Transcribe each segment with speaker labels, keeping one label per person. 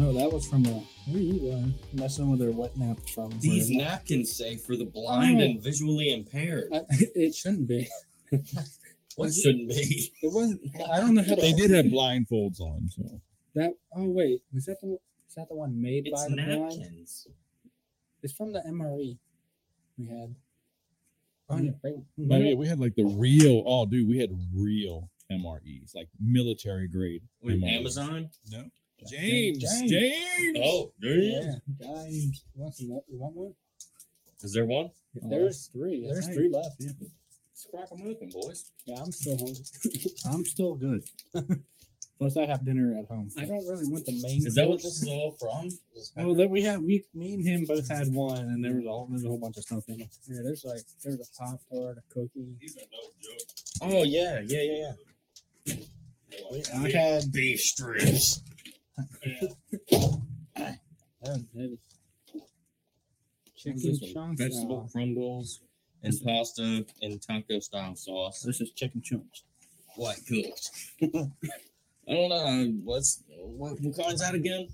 Speaker 1: Oh, that was from a. Where you uh, messing with their wet naps from? for-
Speaker 2: These napkins say for the blind and visually impaired.
Speaker 1: I- it shouldn't be.
Speaker 2: What shouldn't be?
Speaker 1: It wasn't. I don't know how to.
Speaker 3: They did have blindfolds on, so
Speaker 1: that. Oh wait, was that the? Is that the one made by
Speaker 2: It's
Speaker 1: the blind?
Speaker 2: napkins.
Speaker 1: It's from the MRE we had.
Speaker 3: Oh, yeah.
Speaker 1: Right.
Speaker 3: but yeah, we had like the real. Oh, dude, we had real MREs, like military grade.
Speaker 2: With
Speaker 3: MREs.
Speaker 2: Amazon?
Speaker 3: No, James,
Speaker 1: James.
Speaker 3: James.
Speaker 2: Oh,
Speaker 1: Yeah, James. You want some? You want one?
Speaker 2: Is there one?
Speaker 1: There's three. There's
Speaker 3: that's nice.
Speaker 1: three left.
Speaker 3: Yeah.
Speaker 2: Let's crack 'em open, boys.
Speaker 1: Yeah, I'm still hungry.
Speaker 4: I'm still good. Unless I have dinner at home.
Speaker 1: I don't really want the main.
Speaker 2: Is that what
Speaker 1: course.
Speaker 2: this is all from? This
Speaker 4: Well, then we have we, me and him both had one, and there was a whole, there's a whole bunch of stuff in it.
Speaker 1: Yeah, there's like there's a pop tart, a cookie.
Speaker 2: Oh yeah, yeah, yeah, yeah.
Speaker 4: I had
Speaker 2: beef strips.
Speaker 1: That was heavy. Chicken
Speaker 2: This one,
Speaker 1: chunks.
Speaker 2: Vegetable
Speaker 1: nah.
Speaker 2: crumbles and pasta and taco style sauce.
Speaker 4: this is chicken chunks.
Speaker 2: White cooked. I don't know. What's what, what kind's that again?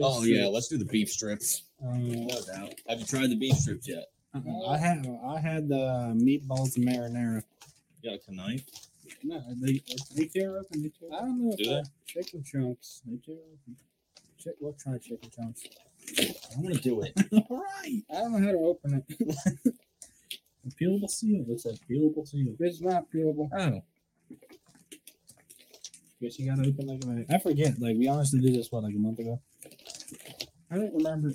Speaker 2: Oh yeah, let's do the beef strips.
Speaker 1: Um,
Speaker 2: No doubt. Have you tried the beef strips yet?
Speaker 4: Uh-uh. I had I had the meatballs and marinara.
Speaker 2: You got a knife?
Speaker 1: no,
Speaker 4: They, they tear up and they tear
Speaker 1: I
Speaker 4: up.
Speaker 1: don't know.
Speaker 2: Do
Speaker 1: if
Speaker 2: they?
Speaker 1: I- Chicken chunks. They do. Chick, we'll try chicken chunks.
Speaker 2: I'm gonna do it.
Speaker 4: All right,
Speaker 1: I don't know how to open it.
Speaker 4: peelable seal. It's a peelable seal.
Speaker 1: It's not peelable.
Speaker 2: oh,
Speaker 4: Guess you gotta open like a.
Speaker 1: I forget. Like we honestly did this what like a month ago. I don't remember.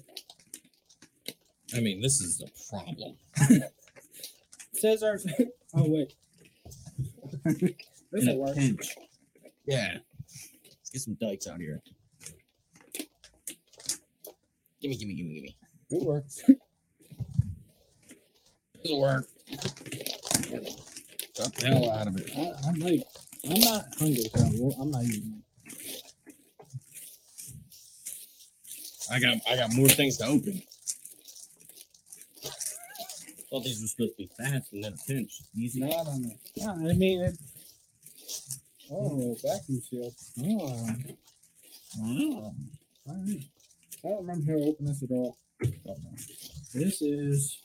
Speaker 2: I mean this is the problem.
Speaker 1: says our. oh wait. this
Speaker 2: In
Speaker 1: will
Speaker 2: a
Speaker 1: work.
Speaker 2: pinch. Yeah. Let's get some dikes out here. Gimme, gimme, gimme, gimme.
Speaker 1: It works.
Speaker 2: This'll work. Got the hell out of it.
Speaker 1: I, I'm like, I'm not hungry. So I'm, I'm not eating.
Speaker 2: I got I got more things to open. Thought these were supposed to be fast and then a pinch. Easy.
Speaker 1: No, I don't know. No, I mean, it, oh, vacuum seal. Oh,
Speaker 2: Oh.
Speaker 1: all right. I don't remember how to open this at all.
Speaker 4: This is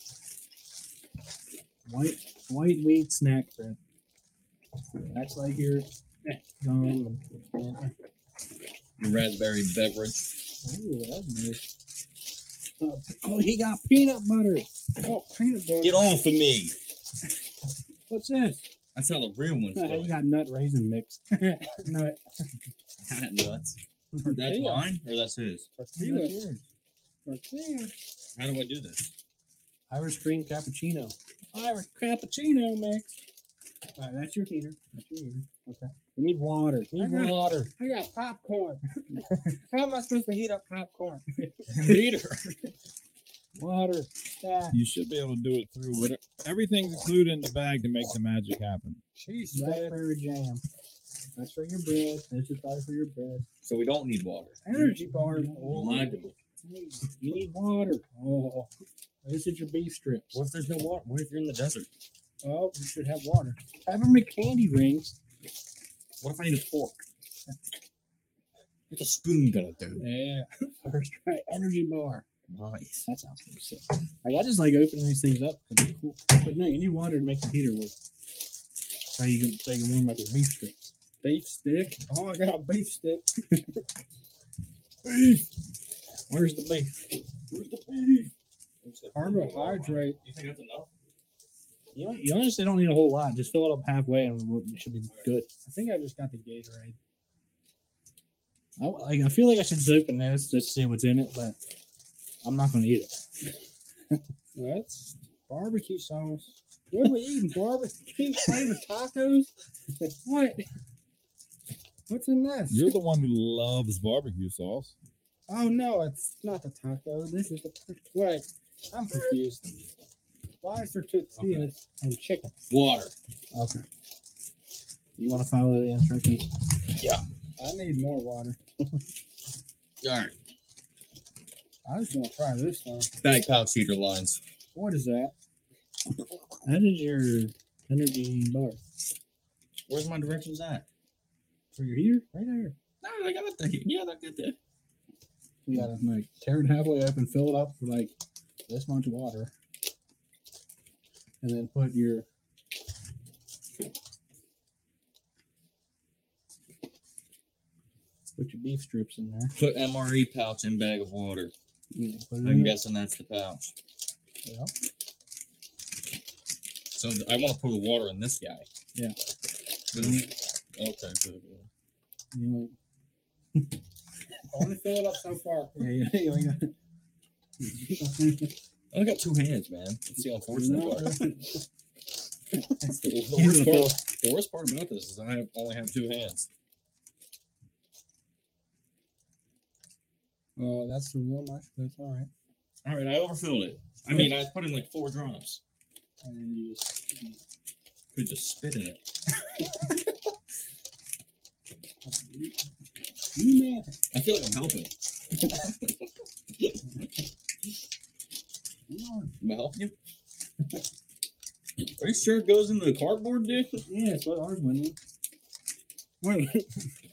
Speaker 4: white white wheat snack bread. That's Oh, like your gum. and-
Speaker 2: Raspberry beverage.
Speaker 1: Ooh, that's nice.
Speaker 4: Oh, he got peanut butter.
Speaker 1: Oh, peanut butter.
Speaker 2: Get off of me.
Speaker 4: What's this?
Speaker 2: That's how the real ones do
Speaker 4: You
Speaker 2: it.
Speaker 4: got nut raisin mix.
Speaker 1: No,
Speaker 2: Nuts. That's
Speaker 1: Yeah.
Speaker 2: mine or that's his?
Speaker 1: tortilla. Tortilla.
Speaker 2: How do I do this?
Speaker 4: Irish cream cappuccino.
Speaker 1: Irish cappuccino mix.
Speaker 4: All right, that's your heater. That's your heater.
Speaker 1: We need water. We
Speaker 4: I
Speaker 1: need
Speaker 4: got-
Speaker 1: water. I got popcorn. how am I supposed to heat up popcorn?
Speaker 2: Peter.
Speaker 1: Water. Yeah.
Speaker 3: You should be able to do it through whatever. Everything's included in the bag to make the magic happen.
Speaker 1: Cheese.
Speaker 4: Blackberry jam.
Speaker 1: That's for your bread. This is probably for your bread.
Speaker 2: So we don't need water.
Speaker 1: Energy bars. Oh,
Speaker 2: Lied to me.
Speaker 1: You need water. Oh, this is your beef strips.
Speaker 2: What if there's no water? What if you're in the desert?
Speaker 1: Oh, you should have water. Have them make candy rings.
Speaker 2: What if I need a fork? What's a spoon gonna do?
Speaker 1: Yeah. First try energy bar.
Speaker 2: Nice.
Speaker 1: That sounds pretty sick. Like, I just like opening these things up. 'cause they're Cool. But no, you need water to make the heater work. How you gonna take warm up your beef strips? Beef stick. Oh, I got a beef stick.
Speaker 2: Where's the beef?
Speaker 1: Carbohydrate.
Speaker 2: You think that's enough?
Speaker 4: You, don't- you honestly don't need a whole lot. Just fill it up halfway, and we'll- it should be good.
Speaker 1: I think I just got the Gatorade.
Speaker 4: I, like, I feel like I should just open this just to see what's in it, but I'm not gonna eat it.
Speaker 1: That's barbecue sauce. What are we eating? Barbecue flavored tacos? What? What's in this?
Speaker 3: You're the one who loves barbecue sauce.
Speaker 1: Oh no, it's not the taco. This is the wait. I'm confused. Why is there tortillas and chicken?
Speaker 2: Water.
Speaker 4: Okay. You want to follow the instructions?
Speaker 1: I need more water.
Speaker 2: All right.
Speaker 1: I just want to try this one.
Speaker 2: Bag pouch heater lines.
Speaker 1: What is that?
Speaker 4: That is your energy bar
Speaker 2: Where's my directions at?
Speaker 4: for your heater, right there.
Speaker 2: No, I got it there. Yeah, I got there.
Speaker 1: We gotta like tear it halfway up and fill it up with like this much water, and then put your put your beef strips in there.
Speaker 2: Put MRE pouch in bag of water.
Speaker 1: Yeah, put it
Speaker 2: I'm
Speaker 1: in there.
Speaker 2: guessing that's the pouch.
Speaker 1: Mm-hmm. Yeah.
Speaker 2: So th- I want to put the water in this guy.
Speaker 1: Yeah.
Speaker 2: Boom. Okay. good.
Speaker 1: You
Speaker 4: Only fill it up so far.
Speaker 1: ain't- yeah, you ain't got-
Speaker 2: I only got two hands, man. It's the unfortunate part. That's the, the
Speaker 1: He's
Speaker 2: worst
Speaker 1: gonna
Speaker 2: part. The worst part about this is I have, only have two hands.
Speaker 1: Oh, that's a real much, but it's all right.
Speaker 2: All right, I overfilled it. I mean, I put in like four drops.
Speaker 1: And then you just you
Speaker 2: Could just spit in it.
Speaker 1: you man.
Speaker 2: I feel like I'm helping. Am I helping you? Are you sure it goes into the cardboard, dude?
Speaker 1: Yeah, it's what ours went in. Wait,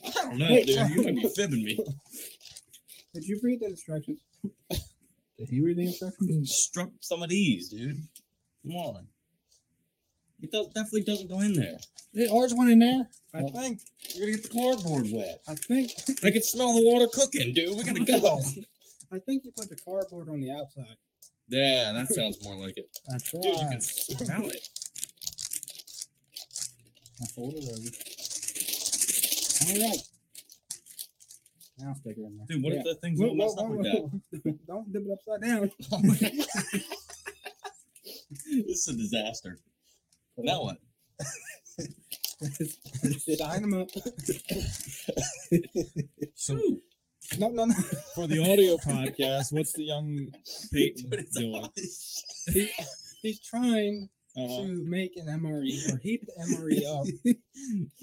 Speaker 2: I don't know,
Speaker 1: Wait,
Speaker 2: dude. You might be fibbing me.
Speaker 1: did you read the instructions? did he read the instructions?
Speaker 2: Struck some of these, dude. Come on. It does, definitely doesn't go in there.
Speaker 1: Yeah, ours went in there.
Speaker 2: I think you're gonna get the cardboard wet.
Speaker 1: I think
Speaker 2: I can smell the water cooking, dude. We gotta go.
Speaker 1: I think you put the cardboard on the outside.
Speaker 2: yeah, that sounds more like it.
Speaker 1: I tried.
Speaker 2: Dude, you can smell it.
Speaker 1: I folded it over. All right. Now stick it in there.
Speaker 2: Dude, what
Speaker 1: Yeah.
Speaker 2: if that thing's
Speaker 1: Whoa,
Speaker 2: all
Speaker 1: whoa,
Speaker 2: messed up
Speaker 1: whoa,
Speaker 2: like that?
Speaker 1: whoa. Don't dip it upside down.
Speaker 2: Oh my God. this is a disaster. Now what?
Speaker 1: Sign them up.
Speaker 2: So
Speaker 1: No, no, no.
Speaker 3: For the audio podcast, what's the young Peyton
Speaker 2: Dude, it's a
Speaker 3: doing?
Speaker 2: lot of shit.
Speaker 1: He's trying
Speaker 4: Uh-huh.
Speaker 3: Uh,
Speaker 1: to make an MRE or heat the MRE up,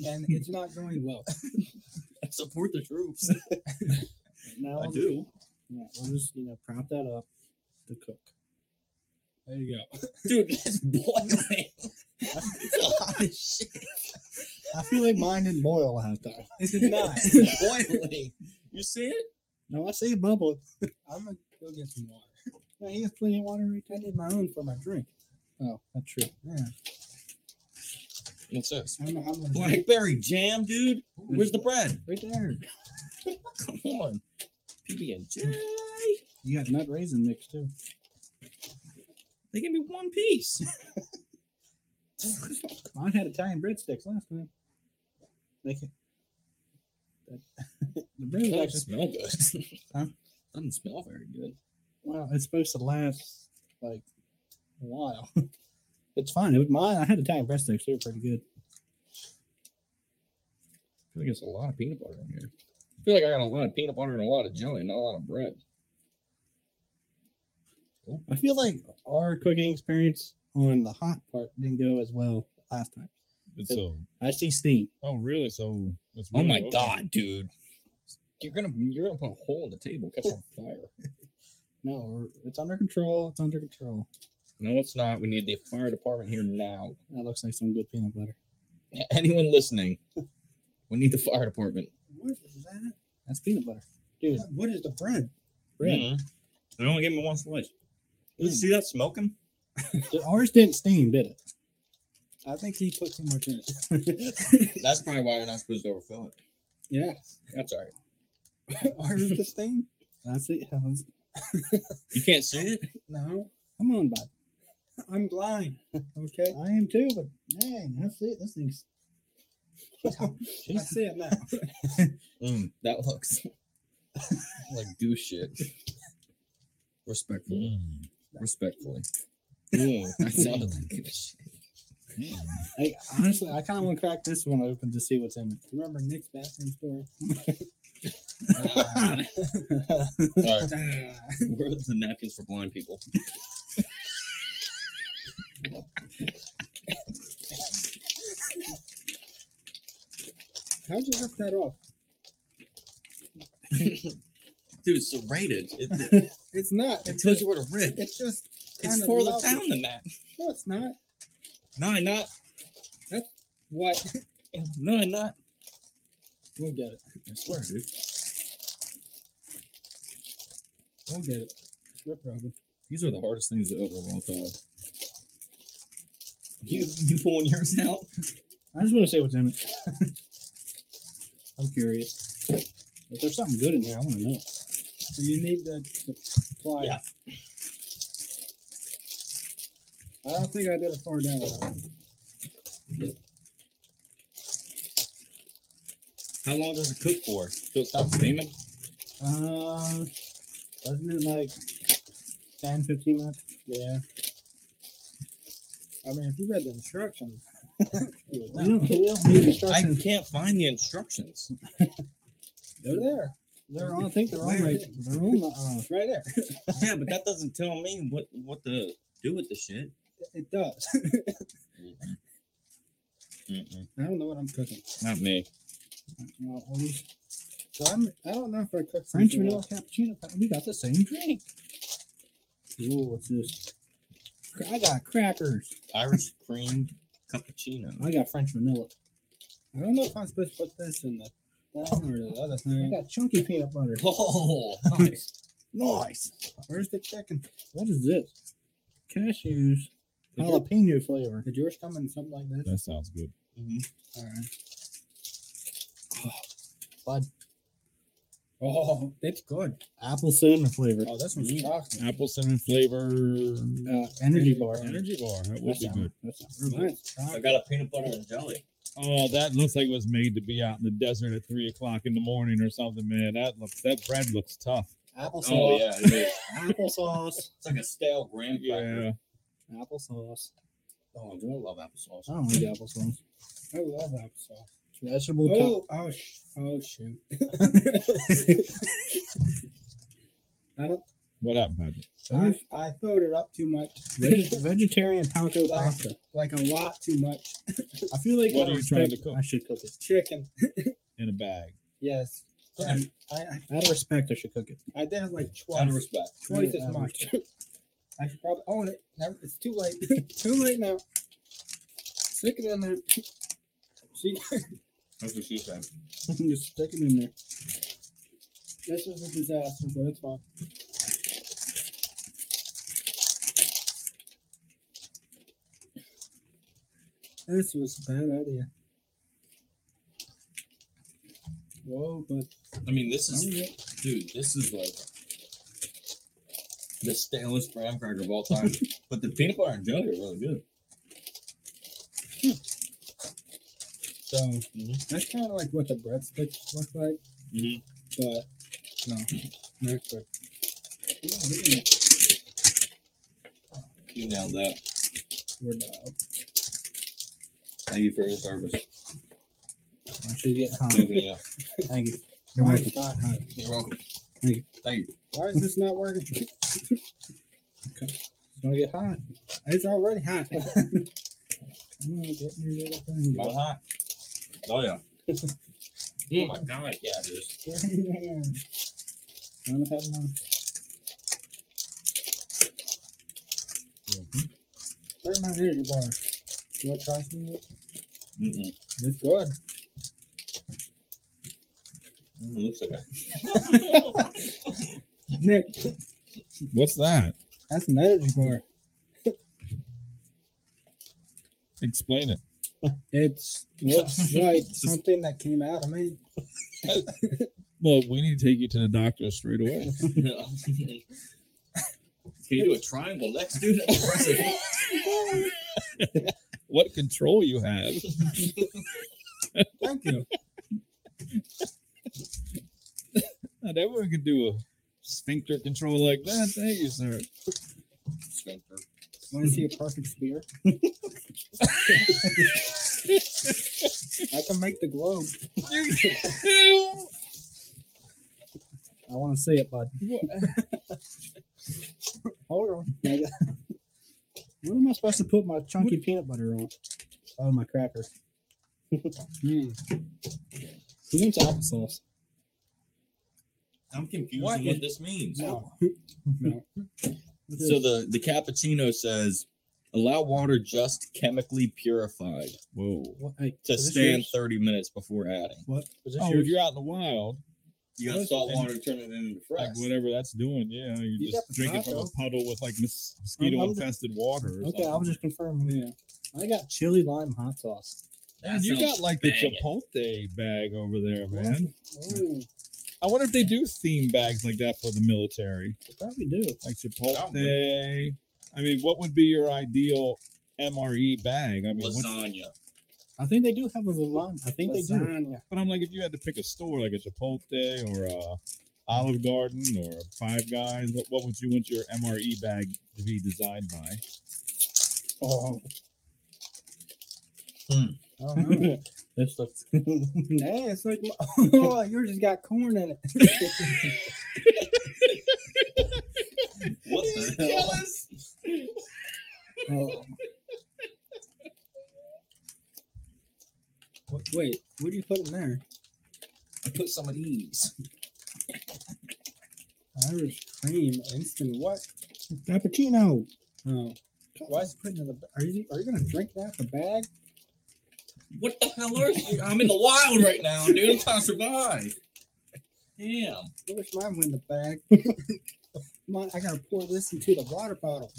Speaker 1: and it's not going well.
Speaker 2: I support the troops.
Speaker 4: Now
Speaker 2: I do.
Speaker 4: Yeah, we'll just you know prop that up to cook.
Speaker 1: There you go.
Speaker 2: Dude, it's boiling. it's a lot of shit.
Speaker 4: I feel like mine didn't boil half time.
Speaker 1: This is not.
Speaker 2: It's boiling. You see it?
Speaker 4: No, I see it bubble.
Speaker 1: I'm gonna go get some water.
Speaker 4: Yeah, he has plenty of water right
Speaker 1: I
Speaker 4: there.
Speaker 1: need my own for my drink.
Speaker 4: Oh, that's true.
Speaker 1: Yeah.
Speaker 2: What's this?
Speaker 1: I'm, I'm gonna
Speaker 2: Blackberry jam, dude. Where's the bread?
Speaker 1: right there.
Speaker 2: Come on. PB and J.
Speaker 1: You got nut raisin mix too.
Speaker 2: They gave me one piece.
Speaker 1: Mine had Italian breadsticks last time. They can, that, the bread was actually
Speaker 2: smell good.
Speaker 1: Huh?
Speaker 2: Doesn't smell very good.
Speaker 1: Wow, it's supposed to last like a while. it's fine. It was mine. I had Italian breadsticks. They were pretty good.
Speaker 2: I feel like it's a lot of peanut butter in here. I feel like I got a lot of peanut butter and a lot of jelly, not a lot of bread.
Speaker 1: I feel like our cooking experience on the hot part didn't go as well last time.
Speaker 3: it's so.
Speaker 1: I see steam.
Speaker 3: Oh, really? So. It's
Speaker 2: Oh
Speaker 3: really
Speaker 2: my
Speaker 3: okay.
Speaker 2: god, dude. You're gonna you're gonna put a hole in the table, catch on fire.
Speaker 1: No, we're- it's under control. It's under control.
Speaker 2: No, it's not. We need the fire department here now.
Speaker 1: That looks like some good peanut butter.
Speaker 2: Anyone listening, we need the fire department.
Speaker 4: What is that?
Speaker 1: That's peanut butter. Dude,
Speaker 4: What- What is the bread?
Speaker 1: bread.
Speaker 2: They only gave me one slice. You see that smoking?
Speaker 1: Ours didn't steam, did it? I think he put too much in it.
Speaker 2: That's probably why you're not supposed to overfill it.
Speaker 1: yeah.
Speaker 2: That's all right.
Speaker 1: Ours the steam? I see. I was-
Speaker 2: You can't see it?
Speaker 4: No,
Speaker 1: Come on, bud.
Speaker 4: I'm blind. Okay,
Speaker 1: I am too, but dang, I see it. This thing's.
Speaker 4: I see it now.
Speaker 2: Mm, that looks like douche shit. Respectfully.
Speaker 3: Mm,
Speaker 2: Respectfully. Mm, that sounded like good shit.
Speaker 3: mm.
Speaker 1: Hey, honestly, I kind of want to crack this one open to see what's in it. Remember Nick's bathroom story?
Speaker 2: all right. Where are the napkins for blind people?
Speaker 1: How'd you rip that off?
Speaker 2: Dude, it's serrated. It,
Speaker 1: It's not.
Speaker 2: it tells you where to rip.
Speaker 1: It's just.
Speaker 2: It's
Speaker 1: kinda
Speaker 2: further
Speaker 1: level.
Speaker 2: down than that.
Speaker 1: No, it's not.
Speaker 2: No, I'm not.
Speaker 1: What?
Speaker 2: No, I'm not.
Speaker 1: We'll get it.
Speaker 2: I swear, dude.
Speaker 4: I'll get it. No problem.
Speaker 3: These are the hardest things to open. I've had.
Speaker 2: You you pulling yours out?
Speaker 1: I just want to see what's in it. I'm curious. If there's something good in here, I want to know.
Speaker 4: So you need the, the pliers.
Speaker 2: Yeah.
Speaker 4: I don't think I did a far down.
Speaker 2: How long does it cook for? Till it stops steaming?
Speaker 1: Uh, wasn't it like 10, 15 minutes?
Speaker 4: Yeah. I mean, if you read the instructions, you would know.
Speaker 1: You don't, you don't need
Speaker 2: I
Speaker 1: instructions.
Speaker 2: can't find the instructions.
Speaker 4: they're there.
Speaker 1: They're on, I think they're on right. They're on the, uh,
Speaker 4: It's right there.
Speaker 2: Yeah, but that doesn't tell me what what to do with the shit.
Speaker 4: It does.
Speaker 2: Mm-mm.
Speaker 4: I don't know what I'm cooking.
Speaker 2: Not me.
Speaker 1: uh,
Speaker 4: Well, at least- So I'm, I don't know if I cooked
Speaker 1: French
Speaker 4: something
Speaker 1: vanilla cappuccino. We got the same drink. Ooh, what's this? Cra- I got crackers.
Speaker 2: Irish cream cappuccino.
Speaker 1: I got French vanilla.
Speaker 4: else. I don't know if I'm supposed to put this in the that one or the other
Speaker 1: I
Speaker 4: thing.
Speaker 1: got chunky peanut butter.
Speaker 2: Oh, nice.
Speaker 4: Nice. Where's the chicken?
Speaker 1: What is this? Cashews. Jalapeno flavor.
Speaker 4: Did yours come in something like this?
Speaker 3: That sounds good.
Speaker 2: Mhm.
Speaker 4: All right.
Speaker 1: Bud.
Speaker 4: Oh, it's good.
Speaker 1: Apple cinnamon flavor.
Speaker 4: Oh, this one's
Speaker 2: Mm.
Speaker 4: chocolate.
Speaker 3: Apple cinnamon flavor.
Speaker 1: Uh, energy bar.
Speaker 3: Energy bar. That would
Speaker 1: That
Speaker 3: be
Speaker 1: sounds-
Speaker 3: good.
Speaker 1: that sounds real good.
Speaker 4: Mine's chocolate.
Speaker 2: I got a peanut butter and jelly.
Speaker 3: Oh, that looks like it was made to be out in the desert at three o'clock in the morning or something, man. That looks that bread looks tough.
Speaker 1: Applesauce.
Speaker 2: Oh yeah, it is.
Speaker 1: Applesauce.
Speaker 2: it's like a stale graham cracker.
Speaker 3: Yeah.
Speaker 1: applesauce.
Speaker 2: Oh, do I love applesauce?
Speaker 1: I don't like applesauce.
Speaker 4: I love applesauce.
Speaker 1: Vegetable cup.
Speaker 4: Oh, oh, sh- oh shoot. I, don't,
Speaker 3: What happened, Patrick?
Speaker 4: I, I filled it up too much,
Speaker 1: Veg- vegetarian taco
Speaker 4: Wow.
Speaker 1: pasta.
Speaker 4: like a lot too much.
Speaker 1: I feel like
Speaker 3: What
Speaker 1: I
Speaker 3: are you
Speaker 1: respect-
Speaker 3: trying to cook?
Speaker 1: I should cook it.
Speaker 4: Chicken,
Speaker 3: In a bag.
Speaker 4: yes. And I, I,
Speaker 1: Out of respect, I should cook it.
Speaker 4: I did it like
Speaker 2: Out of
Speaker 4: twice,
Speaker 2: respect.
Speaker 4: twice
Speaker 1: Out
Speaker 4: as
Speaker 1: of
Speaker 4: much. I should probably own it. Never, it's too late. too late now. Stick it in there. See,
Speaker 2: That's what she said.
Speaker 4: just stick it in there. This is a disaster, but it's fine. This was a bad idea. Whoa, but
Speaker 2: I mean, this
Speaker 4: I'm
Speaker 2: is
Speaker 4: good.
Speaker 2: dude. This is like the stalest graham cracker of all time. but the peanut butter and jelly are really good.
Speaker 4: so
Speaker 2: Mhm.
Speaker 4: that's kind of like what the breadsticks look like, but no, not good.
Speaker 2: You nailed that.
Speaker 4: We're not.
Speaker 2: Thank you for your service.
Speaker 1: I should get hot.
Speaker 2: Thank you. yeah.
Speaker 1: Thank you.
Speaker 4: Why is it not hot?
Speaker 2: You're welcome.
Speaker 1: Thank you.
Speaker 2: Thank you.
Speaker 4: Why is this not working?
Speaker 1: It's gonna get hot.
Speaker 4: It's already hot.
Speaker 1: I'm gonna get your little thing.
Speaker 2: Oh, hot. Oh yeah. oh my god. Yeah, it is.
Speaker 4: I'm gonna have mine. Where's my energy bar? You want to try some of it?
Speaker 2: Mm-mm.
Speaker 4: It's good.
Speaker 2: Mm, looks like a-
Speaker 4: Nick,
Speaker 3: What's that?
Speaker 4: that's an energy bar.
Speaker 3: Explain it.
Speaker 4: It's looks like something that came out of me.
Speaker 3: Well, we need to take you to the doctor straight away.
Speaker 2: Can you do a triangle next, dude? That's impressive.
Speaker 3: what control you have.
Speaker 4: Thank you.
Speaker 3: Not everyone can do a sphincter control like that. Thank you, sir.
Speaker 2: Sphincter.
Speaker 4: Want to see a perfect spear? I can make the globe.
Speaker 1: I want to see it, bud.
Speaker 4: Hold on.
Speaker 1: What am I supposed to put my chunky peanut butter on? Oh, my cracker.
Speaker 4: Hmm.
Speaker 1: Who wants applesauce?
Speaker 2: I'm confused
Speaker 3: What
Speaker 2: on what this means.
Speaker 4: No. No.
Speaker 2: So the the cappuccino says allow water just chemically purified
Speaker 3: Whoa.
Speaker 1: What, hey,
Speaker 2: to
Speaker 1: is this
Speaker 2: stand
Speaker 1: yours?
Speaker 2: 30 minutes before adding.
Speaker 1: What? Is this
Speaker 3: Oh, if
Speaker 1: yours?
Speaker 3: you're out in the wild,
Speaker 2: You got
Speaker 3: That's-
Speaker 2: salt
Speaker 3: and-
Speaker 2: water and turn it into fresh.
Speaker 3: Like whatever that's doing, yeah, you're
Speaker 1: You got
Speaker 3: just
Speaker 1: the
Speaker 3: drinking from a
Speaker 1: taco.
Speaker 3: puddle with like mos- mosquito
Speaker 1: I'm-
Speaker 3: infested water. Or
Speaker 4: Okay,
Speaker 3: something.
Speaker 4: I was just confirming.
Speaker 1: Yeah.
Speaker 4: I got chili lime hot sauce.
Speaker 2: That
Speaker 3: Dude, you
Speaker 2: sounds
Speaker 3: got like the
Speaker 2: banging.
Speaker 3: Chipotle bag over there, man. I wonder if they do theme bags like that for the military,
Speaker 4: They probably do.
Speaker 3: like Chipotle. I mean, what would be your ideal MRE bag? I mean, what's,
Speaker 2: lasagna.
Speaker 4: I think they do have a lasagna. I think they do.
Speaker 3: but I'm like, if you had to pick a store, like a Chipotle or a Olive Garden or a Five Guys, what, what would you want your MRE bag to be designed by?
Speaker 4: Oh.
Speaker 2: Hmm.
Speaker 4: I don't know. this looks.
Speaker 1: Yeah, it's like
Speaker 4: oh, yours has got corn in it.
Speaker 2: What the hell?
Speaker 4: Oh. Wh- Wait, what do you put in there?
Speaker 2: I put some of these.
Speaker 4: Irish cream instant what?
Speaker 1: cappuccino.
Speaker 4: Oh, why is it putting in the? ba- Are you are you gonna drink that in the bag?
Speaker 2: What the hell are you? I'm in the wild right now, dude. I'm trying to survive. Damn.
Speaker 4: I wish mine went in the bag. Mine, I gotta pour this into the water bottle.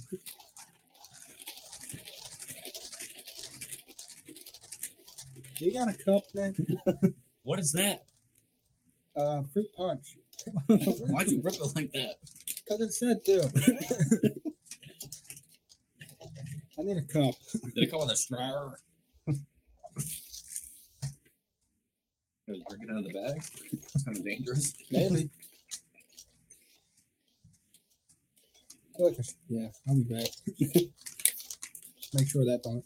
Speaker 4: You got a cup then?
Speaker 2: What is that?
Speaker 4: Uh, fruit punch.
Speaker 2: Why'd you rip it like that?
Speaker 4: Cause it said to. I need a cup.
Speaker 2: Did it come with a straw? Did you drink it out of the bag? It's kind of dangerous.
Speaker 4: Maybe. I feel like I should- yeah, I'll be back. Make sure that don't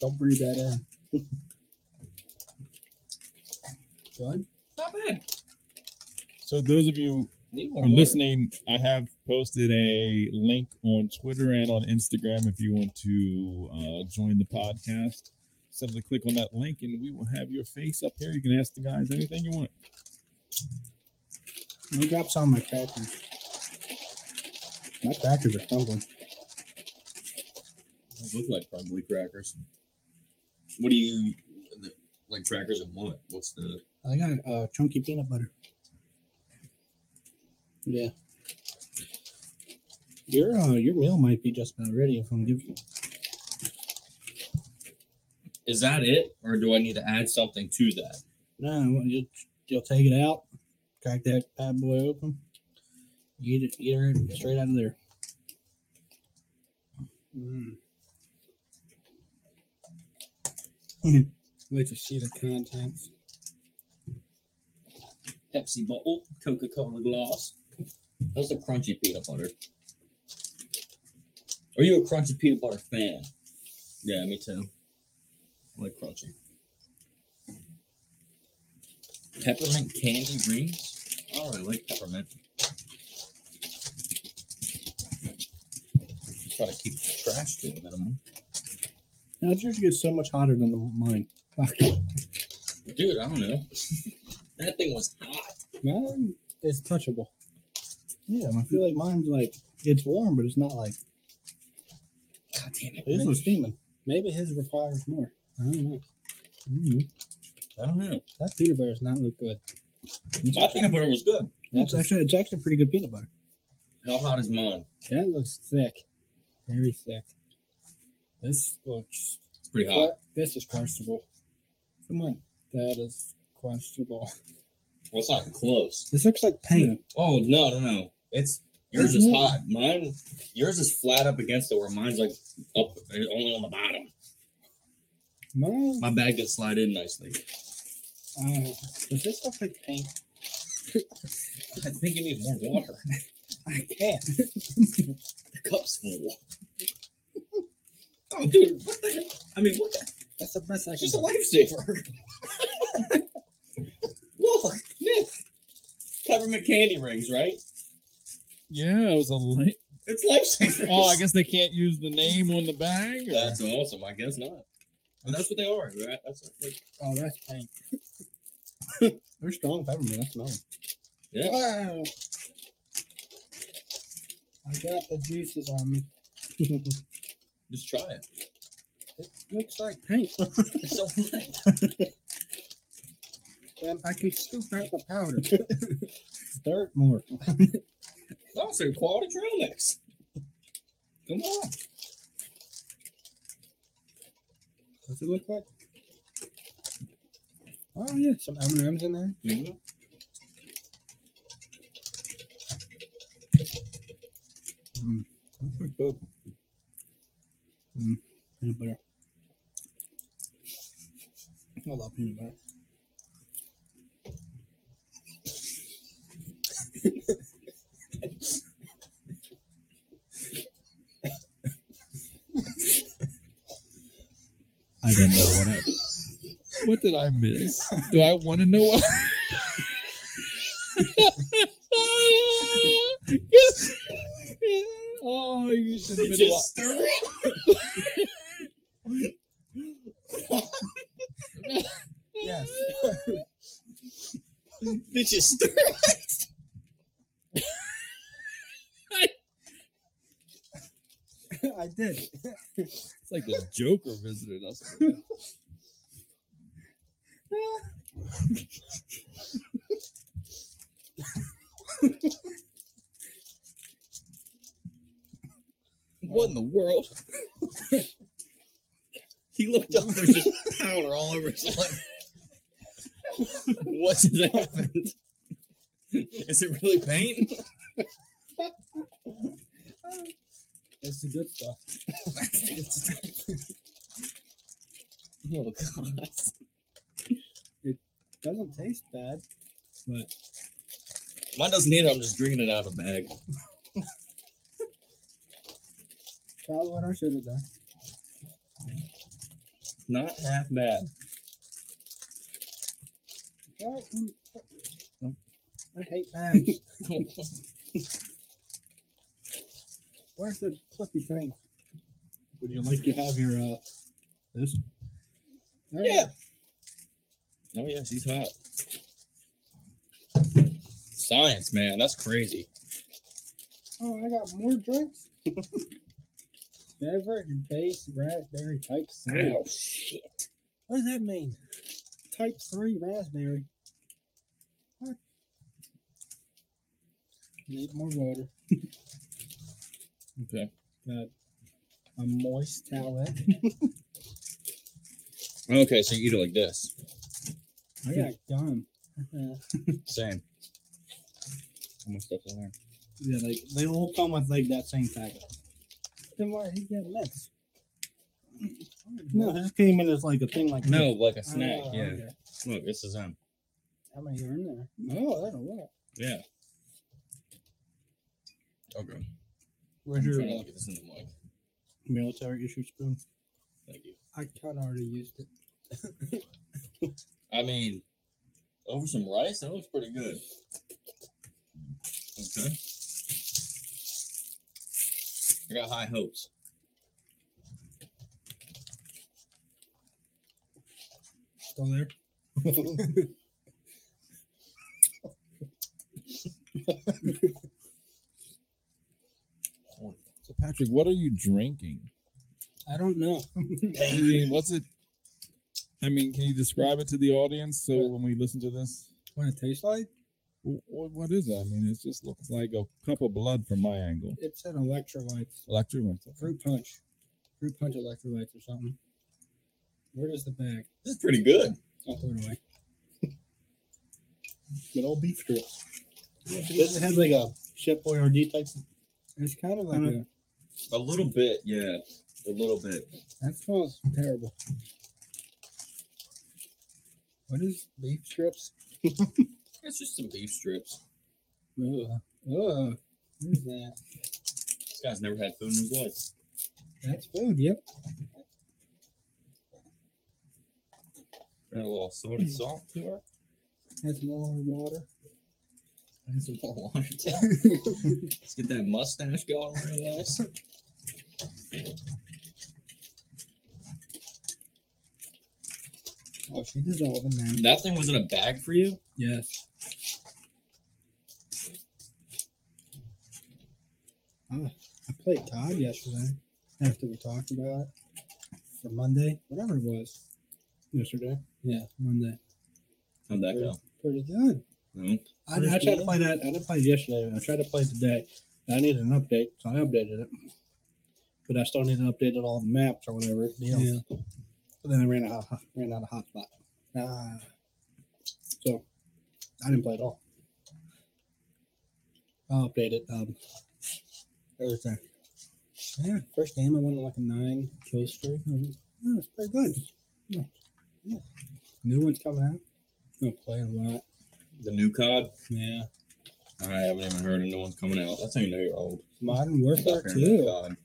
Speaker 4: don't breathe that in. Good.
Speaker 2: Not bad.
Speaker 3: So those of you
Speaker 2: Need more
Speaker 3: who are
Speaker 2: water.
Speaker 3: listening, I have posted a link on Twitter and on Instagram if you want to uh, join the podcast. Simply click on that link and we will have your face up here. You can ask the guys anything you want.
Speaker 4: No drops on my crackers. My crackers are crumbling.
Speaker 2: Those look like crumbly crackers. What do you like crackers and what? What's the
Speaker 4: I got uh, chunky peanut butter. Yeah. Your uh, your meal might be just about ready if I'm giving you.
Speaker 2: is that it? Or do I need to add something to that?
Speaker 4: No, you'll you'll take it out, crack that bad boy open, eat it, eat her straight out of there. Mm. Wait to see the contents.
Speaker 2: Pepsi bottle, Coca Cola glass. That's a crunchy peanut butter. Are you a crunchy peanut butter fan? Yeah, me too. I like crunchy. Peppermint candy rings? Oh, I like peppermint. Try to keep the trash to a minimum.
Speaker 4: Now yours gets so much hotter than the- mine. Fuck.
Speaker 2: Dude, I don't know. that thing was hot.
Speaker 4: Mine is touchable. Yeah, I feel like mine's like it's warm, but it's not like
Speaker 2: God damn it.
Speaker 4: his was steaming. Maybe his requires more. I don't know. Mm,
Speaker 2: I don't know.
Speaker 4: that peanut butter does not look good.
Speaker 2: My peanut butter was good.
Speaker 4: That's actually it's actually pretty good peanut butter.
Speaker 2: How hot is mine?
Speaker 4: That looks thick. Very thick. This looks
Speaker 2: It's pretty hot.
Speaker 4: but this is questionable. Come on. That is questionable.
Speaker 2: Well, it's not close.
Speaker 4: This looks like paint.
Speaker 2: Oh no, no, no! It's yours is hot. Mine, yours is flat up against it, where mine's like up uh, only on the bottom.
Speaker 4: Mine
Speaker 2: My bag gets slide in nicely.
Speaker 4: uh, does this look like paint?
Speaker 2: I think you need more water.
Speaker 4: I can't.
Speaker 2: The cup's full. oh, dude! What the hell? I mean, what? The,
Speaker 4: That's the best I
Speaker 2: it's
Speaker 4: can
Speaker 2: just a
Speaker 4: do.
Speaker 2: lifesaver. Look, Nick. Peppermint candy rings, right?
Speaker 3: Yeah, it was a link.
Speaker 2: It's lifesaver.
Speaker 3: Oh, I guess they can't use the name on the bag. or-
Speaker 2: that's awesome. I guess not. And that's what they are, right? That's what, like,
Speaker 4: Oh, that's paint. They're strong peppermint. That's melon.
Speaker 2: yeah.
Speaker 4: Wow. I got the juices on me. it
Speaker 2: Just try it.
Speaker 4: looks like paint.
Speaker 2: It's so
Speaker 4: and I can scoop out the powder.
Speaker 1: Third more.
Speaker 2: Also, quality trail mix. Come on.
Speaker 4: What's it look like? Oh yeah, some M and M's in there.
Speaker 1: That's pretty good. Mm, peanut butter. I love peanut butter.
Speaker 3: I don't know what I. What did I miss? Do I want to know what? oh, you should have been wa-
Speaker 2: stir it.
Speaker 4: Yes.
Speaker 2: They just stir
Speaker 4: I did.
Speaker 3: It's like the Joker visited us.
Speaker 2: What in the world? he looked up. There's just powder all over his leg. What's happened? Is it really paint?
Speaker 1: That's the good stuff.
Speaker 2: oh god!
Speaker 4: Doesn't taste bad.
Speaker 2: Mine doesn't need it. I'm just drinking it out of a bag.
Speaker 4: Probably what I should have done.
Speaker 2: Not half bad.
Speaker 4: Well, mm, I hate bags. Where's the flippy thing?
Speaker 1: Would you like to have your uh this?
Speaker 2: yeah. Oh yeah, she's hot. Science, man, that's crazy.
Speaker 4: Oh, I got more drinks. Beverage base raspberry type three.
Speaker 2: Oh shit!
Speaker 4: What does that mean? Type three raspberry. What? Need more water.
Speaker 2: Okay.
Speaker 4: Got a moist towel.
Speaker 2: Okay, so you eat it like this.
Speaker 4: I got gum. Uh,
Speaker 2: Same. How much stuff in there?
Speaker 1: Yeah, like they all come with like that same package.
Speaker 4: then why he got less?
Speaker 1: No, it just came in as like a thing like
Speaker 2: No, like a snack.
Speaker 1: Uh.
Speaker 4: Oh,
Speaker 2: yeah.
Speaker 4: okay.
Speaker 2: Look, this is um.
Speaker 4: How many are in there? Oh, that's a lot.
Speaker 2: Yeah. Okay.
Speaker 1: Where's your
Speaker 2: Trying oh, to
Speaker 1: uh,
Speaker 2: get this in the mic.
Speaker 1: military issue spoon?
Speaker 2: Thank you.
Speaker 4: I kind of already used it.
Speaker 2: I mean, over some rice, that looks pretty good. Okay. I got high hopes.
Speaker 1: Still there?
Speaker 3: So Patrick, what are you drinking?
Speaker 4: I don't know.
Speaker 3: I mean, what's it? I mean, can you describe it to the audience so when we listen to this,
Speaker 4: What it tastes like?
Speaker 3: wh- wh- what is it? I mean, it just looks like a cup of blood from my angle.
Speaker 4: It's an electrolyte.
Speaker 3: Electric went
Speaker 4: Fruit punch. Fruit punch electrolytes or something. Where does the bag?
Speaker 2: This is pretty good.
Speaker 4: I'll throw it away.
Speaker 1: Good old beef strips. Does it have like a Chef Boyardee type?
Speaker 4: It's kind of like
Speaker 1: Uh-huh.
Speaker 4: a.
Speaker 2: A little bit, yeah. A little bit.
Speaker 4: That smells terrible. What is beef strips?
Speaker 2: It's just some beef strips.
Speaker 4: Ugh. Ugh. What is that?
Speaker 2: This guy's never had food in his life.
Speaker 4: That's food, yep.
Speaker 2: Got a little soda salt to it.
Speaker 4: That's more water.
Speaker 2: And some more water. Let's get that mustache going real nice.
Speaker 4: Oh, she dissolving now.
Speaker 2: That thing was in a bag for you?
Speaker 4: Yes. Ah, I played Todd yesterday after we talked about it for Monday, whatever it was.
Speaker 1: Yesterday.
Speaker 4: Yeah, Monday.
Speaker 2: How'd that go?
Speaker 4: Pretty good.
Speaker 2: Hmm?
Speaker 1: I, I tried to play that. I didn't play it yesterday. and I tried to play it today. and I needed an update, so I updated it. But I still needed an update on all the maps or whatever. You know.
Speaker 4: Yeah.
Speaker 1: But then I ran out, of- ran out of hotspot.
Speaker 4: Ah,
Speaker 1: So I didn't play at all. I'll update it. Um,
Speaker 4: everything. Yeah, first game I went on like a nine kill streak. It was, yeah, it was pretty good. Yeah. Yeah. New one's coming out. Gonna play a lot.
Speaker 2: The new COD?
Speaker 4: Yeah.
Speaker 2: I haven't even heard of no one's coming out. That's how you know you're old.
Speaker 4: Modern Warfare
Speaker 2: Stop hearing about
Speaker 4: Two.
Speaker 2: COD.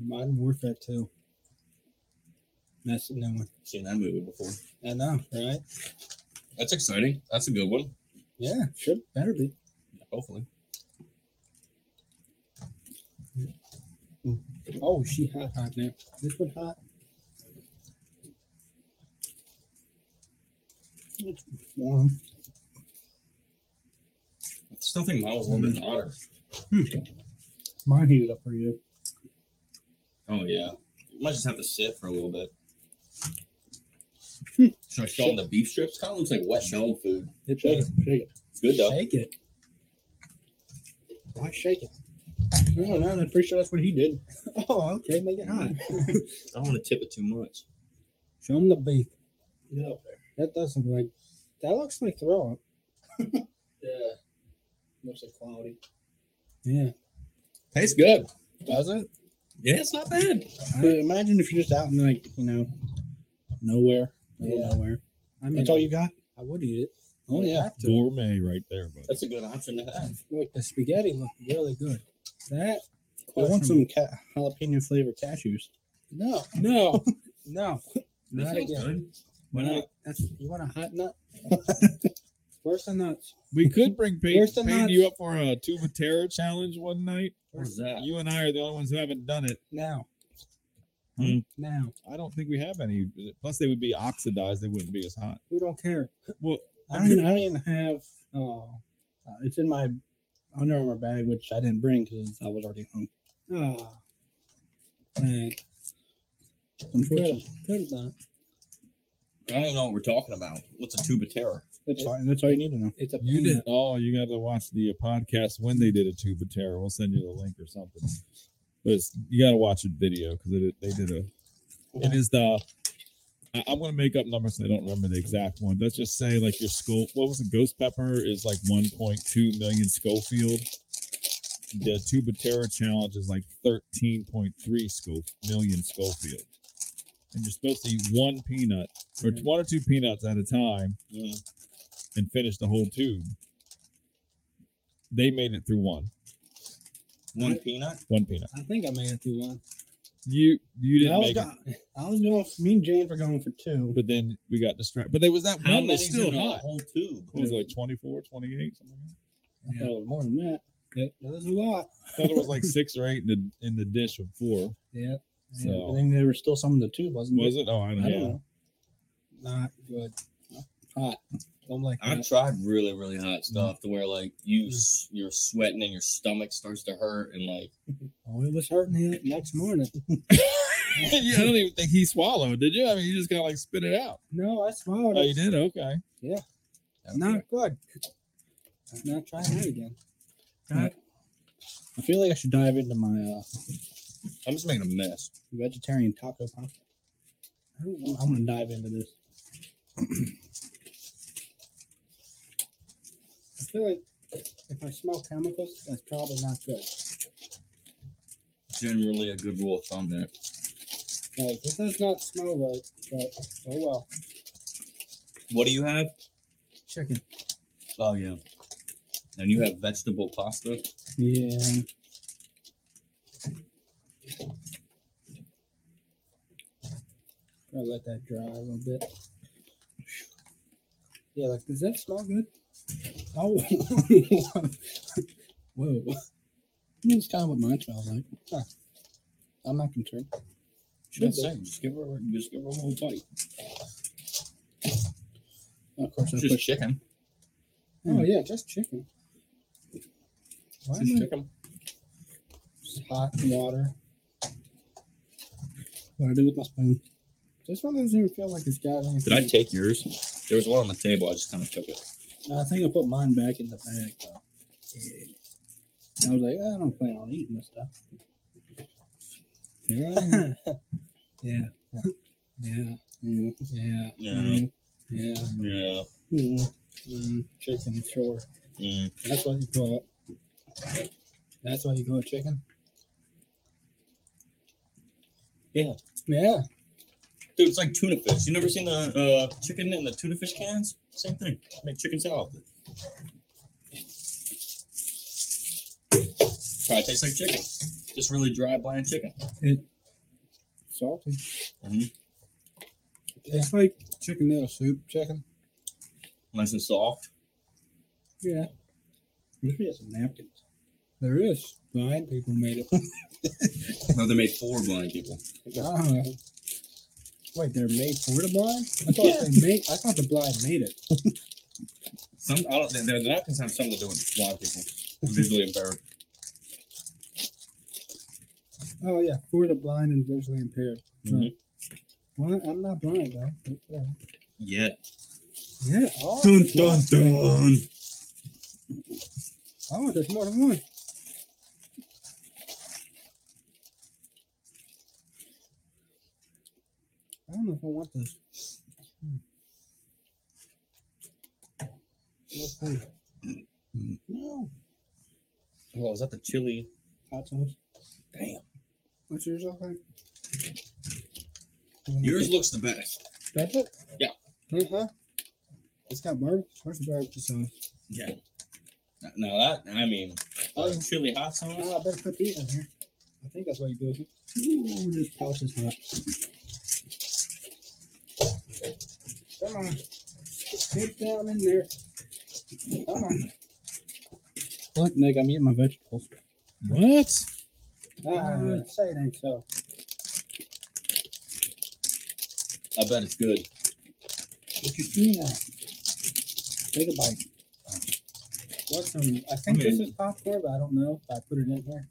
Speaker 4: Modern Warfare Two. That's the new one.
Speaker 2: Seen that movie before.
Speaker 4: I know, right?
Speaker 2: That's exciting. That's a good one.
Speaker 4: Yeah, should better be.
Speaker 2: Hopefully.
Speaker 4: Oh, she hot hot now. This one hot. It's warm.
Speaker 2: I still think mine was a little bit hotter.
Speaker 1: mine heated up pretty good.
Speaker 2: Oh yeah. Might just have to sit for a little bit. Should I show them the beef strips? Kind of looks like wet dog food.
Speaker 4: It
Speaker 1: Shake it, shake it.
Speaker 2: It's good though.
Speaker 4: Shake it.
Speaker 1: Why shake it? I don't know. I'm pretty sure that's what he did.
Speaker 4: Oh, okay. Make it hot.
Speaker 2: I don't want to tip it too much.
Speaker 4: Show them the beef.
Speaker 1: Get up there.
Speaker 4: That doesn't look like. That looks like throw up.
Speaker 1: Yeah. Looks like quality.
Speaker 4: Yeah.
Speaker 2: Tastes good.
Speaker 4: Does it?
Speaker 2: Yeah, it's not bad.
Speaker 1: But imagine if you're just out in like you know nowhere, middle of
Speaker 4: Yeah.
Speaker 1: nowhere.
Speaker 4: I mean,
Speaker 1: That's all you got.
Speaker 4: I would eat it.
Speaker 1: Oh, yeah.
Speaker 4: Have to.
Speaker 3: Gourmet right there, buddy.
Speaker 2: That's a good option to have.
Speaker 4: Look, the spaghetti looked really good. That.
Speaker 1: I want some ca- jalapeno flavored cashews.
Speaker 4: No. No. no. Not again.
Speaker 2: good.
Speaker 4: Why
Speaker 2: not?
Speaker 4: That's you want a hot nut? Where's the nuts?
Speaker 3: We could bring Peyton,
Speaker 4: Where's the
Speaker 3: Peyton
Speaker 4: nuts?
Speaker 3: you up for a Tuba Terror challenge one night.
Speaker 2: What is that?
Speaker 3: You and I are the only ones who haven't done it.
Speaker 4: Now.
Speaker 3: Hmm.
Speaker 4: Now.
Speaker 3: I don't think we have any. Plus, they would be oxidized. They wouldn't be as hot.
Speaker 4: We don't care.
Speaker 3: Well,
Speaker 1: I don't, I don't even have. Oh, uh, it's in my Under Armour bag, which I didn't bring because I was already home.
Speaker 4: Oh. Man.
Speaker 1: Unfortunately,
Speaker 4: Could have done it.
Speaker 2: I don't even know what we're talking about. What's a tube of terror?
Speaker 1: that's fine. That's all you need to know.
Speaker 4: It's a
Speaker 3: you did.
Speaker 4: peanut.
Speaker 3: Oh, you got to watch the podcast when they did a Tuba Terror. We'll send you the link or something. But it's, you got to watch a video because it, they did a. It is the. I, I'm going to make up numbers. So I don't remember the exact one. Let's just say like your skull. What was it? Ghost Pepper is like 1.2 million Schofield. The Tuba Terror challenge is like 13.3 Scho- million Schofield. And you're supposed to eat one peanut or
Speaker 4: Mhm.
Speaker 3: one or two peanuts at a time and finish the whole tube. They made it through one,
Speaker 2: One peanut?
Speaker 3: one peanut.
Speaker 4: I think I made it through one.
Speaker 3: You
Speaker 1: I
Speaker 3: you didn't
Speaker 1: was,
Speaker 3: make it,
Speaker 1: go- I was going. Me and Jane were going for two.
Speaker 3: but then we got distracted. But there was that one that's
Speaker 2: many's
Speaker 3: still
Speaker 2: in a
Speaker 3: hot.
Speaker 2: whole tube?
Speaker 3: What was it like 24, 28, something like
Speaker 1: I thought it was more than that.
Speaker 4: That was a lot.
Speaker 3: that? I thought it was like six or eight in the in the dish of four.
Speaker 4: Yeah.
Speaker 3: So
Speaker 1: And then there was still some in the tube, wasn't
Speaker 3: was it? Oh, I don't,
Speaker 1: there? I don't
Speaker 3: know.
Speaker 1: know.
Speaker 4: Not good. Hot. Don't like
Speaker 2: I've
Speaker 4: that.
Speaker 2: tried really, really hot stuff to where like you s- you're sweating and your stomach starts to hurt and like
Speaker 4: Oh, it was hurting him next morning.
Speaker 3: yeah, I don't even think he swallowed. Did you? I mean, you just kind of like spit it out.
Speaker 4: No, I swallowed
Speaker 3: Oh,
Speaker 4: it.
Speaker 3: you did? Okay.
Speaker 4: Not good. I'm not trying that again.
Speaker 1: I feel like I should dive into my uh,
Speaker 2: I'm just making a mess.
Speaker 1: vegetarian taco pop.
Speaker 4: I don't
Speaker 1: I'm
Speaker 4: want
Speaker 1: gonna dive into this.
Speaker 4: I feel like if I smell chemicals, that's probably not good.
Speaker 2: Generally a good rule of thumb there.
Speaker 4: Like this does not smell right, but oh well.
Speaker 2: What do you have?
Speaker 4: Chicken.
Speaker 2: Oh yeah. And you have vegetable pasta.
Speaker 1: Yeah.
Speaker 4: I'll let that dry a little bit. Yeah, like does that smell good?
Speaker 1: Oh, whoa. I mean, it's kind of what mine smells like. Huh. I'm not concerned.
Speaker 4: Should
Speaker 2: That's it. Just give her just give her a whole bite.
Speaker 1: Of course, I
Speaker 2: Just
Speaker 1: push.
Speaker 2: chicken.
Speaker 4: Oh yeah, just chicken. Why
Speaker 2: Just
Speaker 4: am I
Speaker 2: chicken.
Speaker 4: just hot water?
Speaker 1: What I do with my spoon?
Speaker 4: This one doesn't even feel like it's got anything.
Speaker 2: Did I take yours? There was one on the table. I just kind of took it.
Speaker 4: I think I put mine back in the bag. Though. I was like, I don't plan on eating this stuff.
Speaker 1: Here I am.
Speaker 4: yeah. Yeah. Yeah.
Speaker 1: Yeah.
Speaker 4: Yeah.
Speaker 2: Yeah.
Speaker 4: Mm. Yeah.
Speaker 2: Yeah.
Speaker 4: Mm. Mm. Chicken, sure.
Speaker 2: Mm.
Speaker 4: That's what you call it. That's what you call it chicken?
Speaker 2: Yeah.
Speaker 4: Yeah.
Speaker 2: Dude, it's like tuna fish. You never seen the uh, chicken in the tuna fish cans? Same thing. Make chicken salad. Try it tastes like chicken. Just really dry, bland chicken.
Speaker 4: Salty.
Speaker 2: Mhm.
Speaker 4: It's like chicken noodle soup, chicken.
Speaker 2: Nice and soft.
Speaker 4: Yeah.
Speaker 1: Wish we had some napkins.
Speaker 4: There is. Blind people made it.
Speaker 2: No, they made four blind people.
Speaker 4: Ah. Wait, they're made for the blind? I thought they made I thought the blind made it.
Speaker 2: Some I don't. They're, they're not gonna have something to do with blind people. Visually impaired.
Speaker 4: Oh yeah, for the blind and visually impaired.
Speaker 2: Mhm.
Speaker 4: Well, I'm not blind though. Yeah.
Speaker 2: Yeah.
Speaker 4: Yeah. Oh,
Speaker 2: dun.
Speaker 4: oh, there's more than one. I don't know if I want this. Hmm. Let's see. No.
Speaker 2: Well, is that the chili?
Speaker 4: Hot sauce.
Speaker 2: Damn.
Speaker 4: What's yours look like?
Speaker 2: Yours looks the best.
Speaker 4: That's it?
Speaker 2: Yeah.
Speaker 4: Uh-huh. It's got barbecue. Where's the barbecue sauce?
Speaker 2: Yeah. Now that I mean,
Speaker 4: Oh.
Speaker 2: chili hot sauce.
Speaker 4: Oh, I better put these in here. I think that's what you do. with it.
Speaker 1: Ooh, this pouch is hot.
Speaker 4: Come on. Get down in there. Come on.
Speaker 1: Look, Nick, I'm eating my vegetables.
Speaker 3: What?
Speaker 4: Ah, say it ain't so.
Speaker 2: I bet it's good.
Speaker 4: What you see now? Take a bite. What's some? I think this is popcorn, but I don't know. If I put it in here.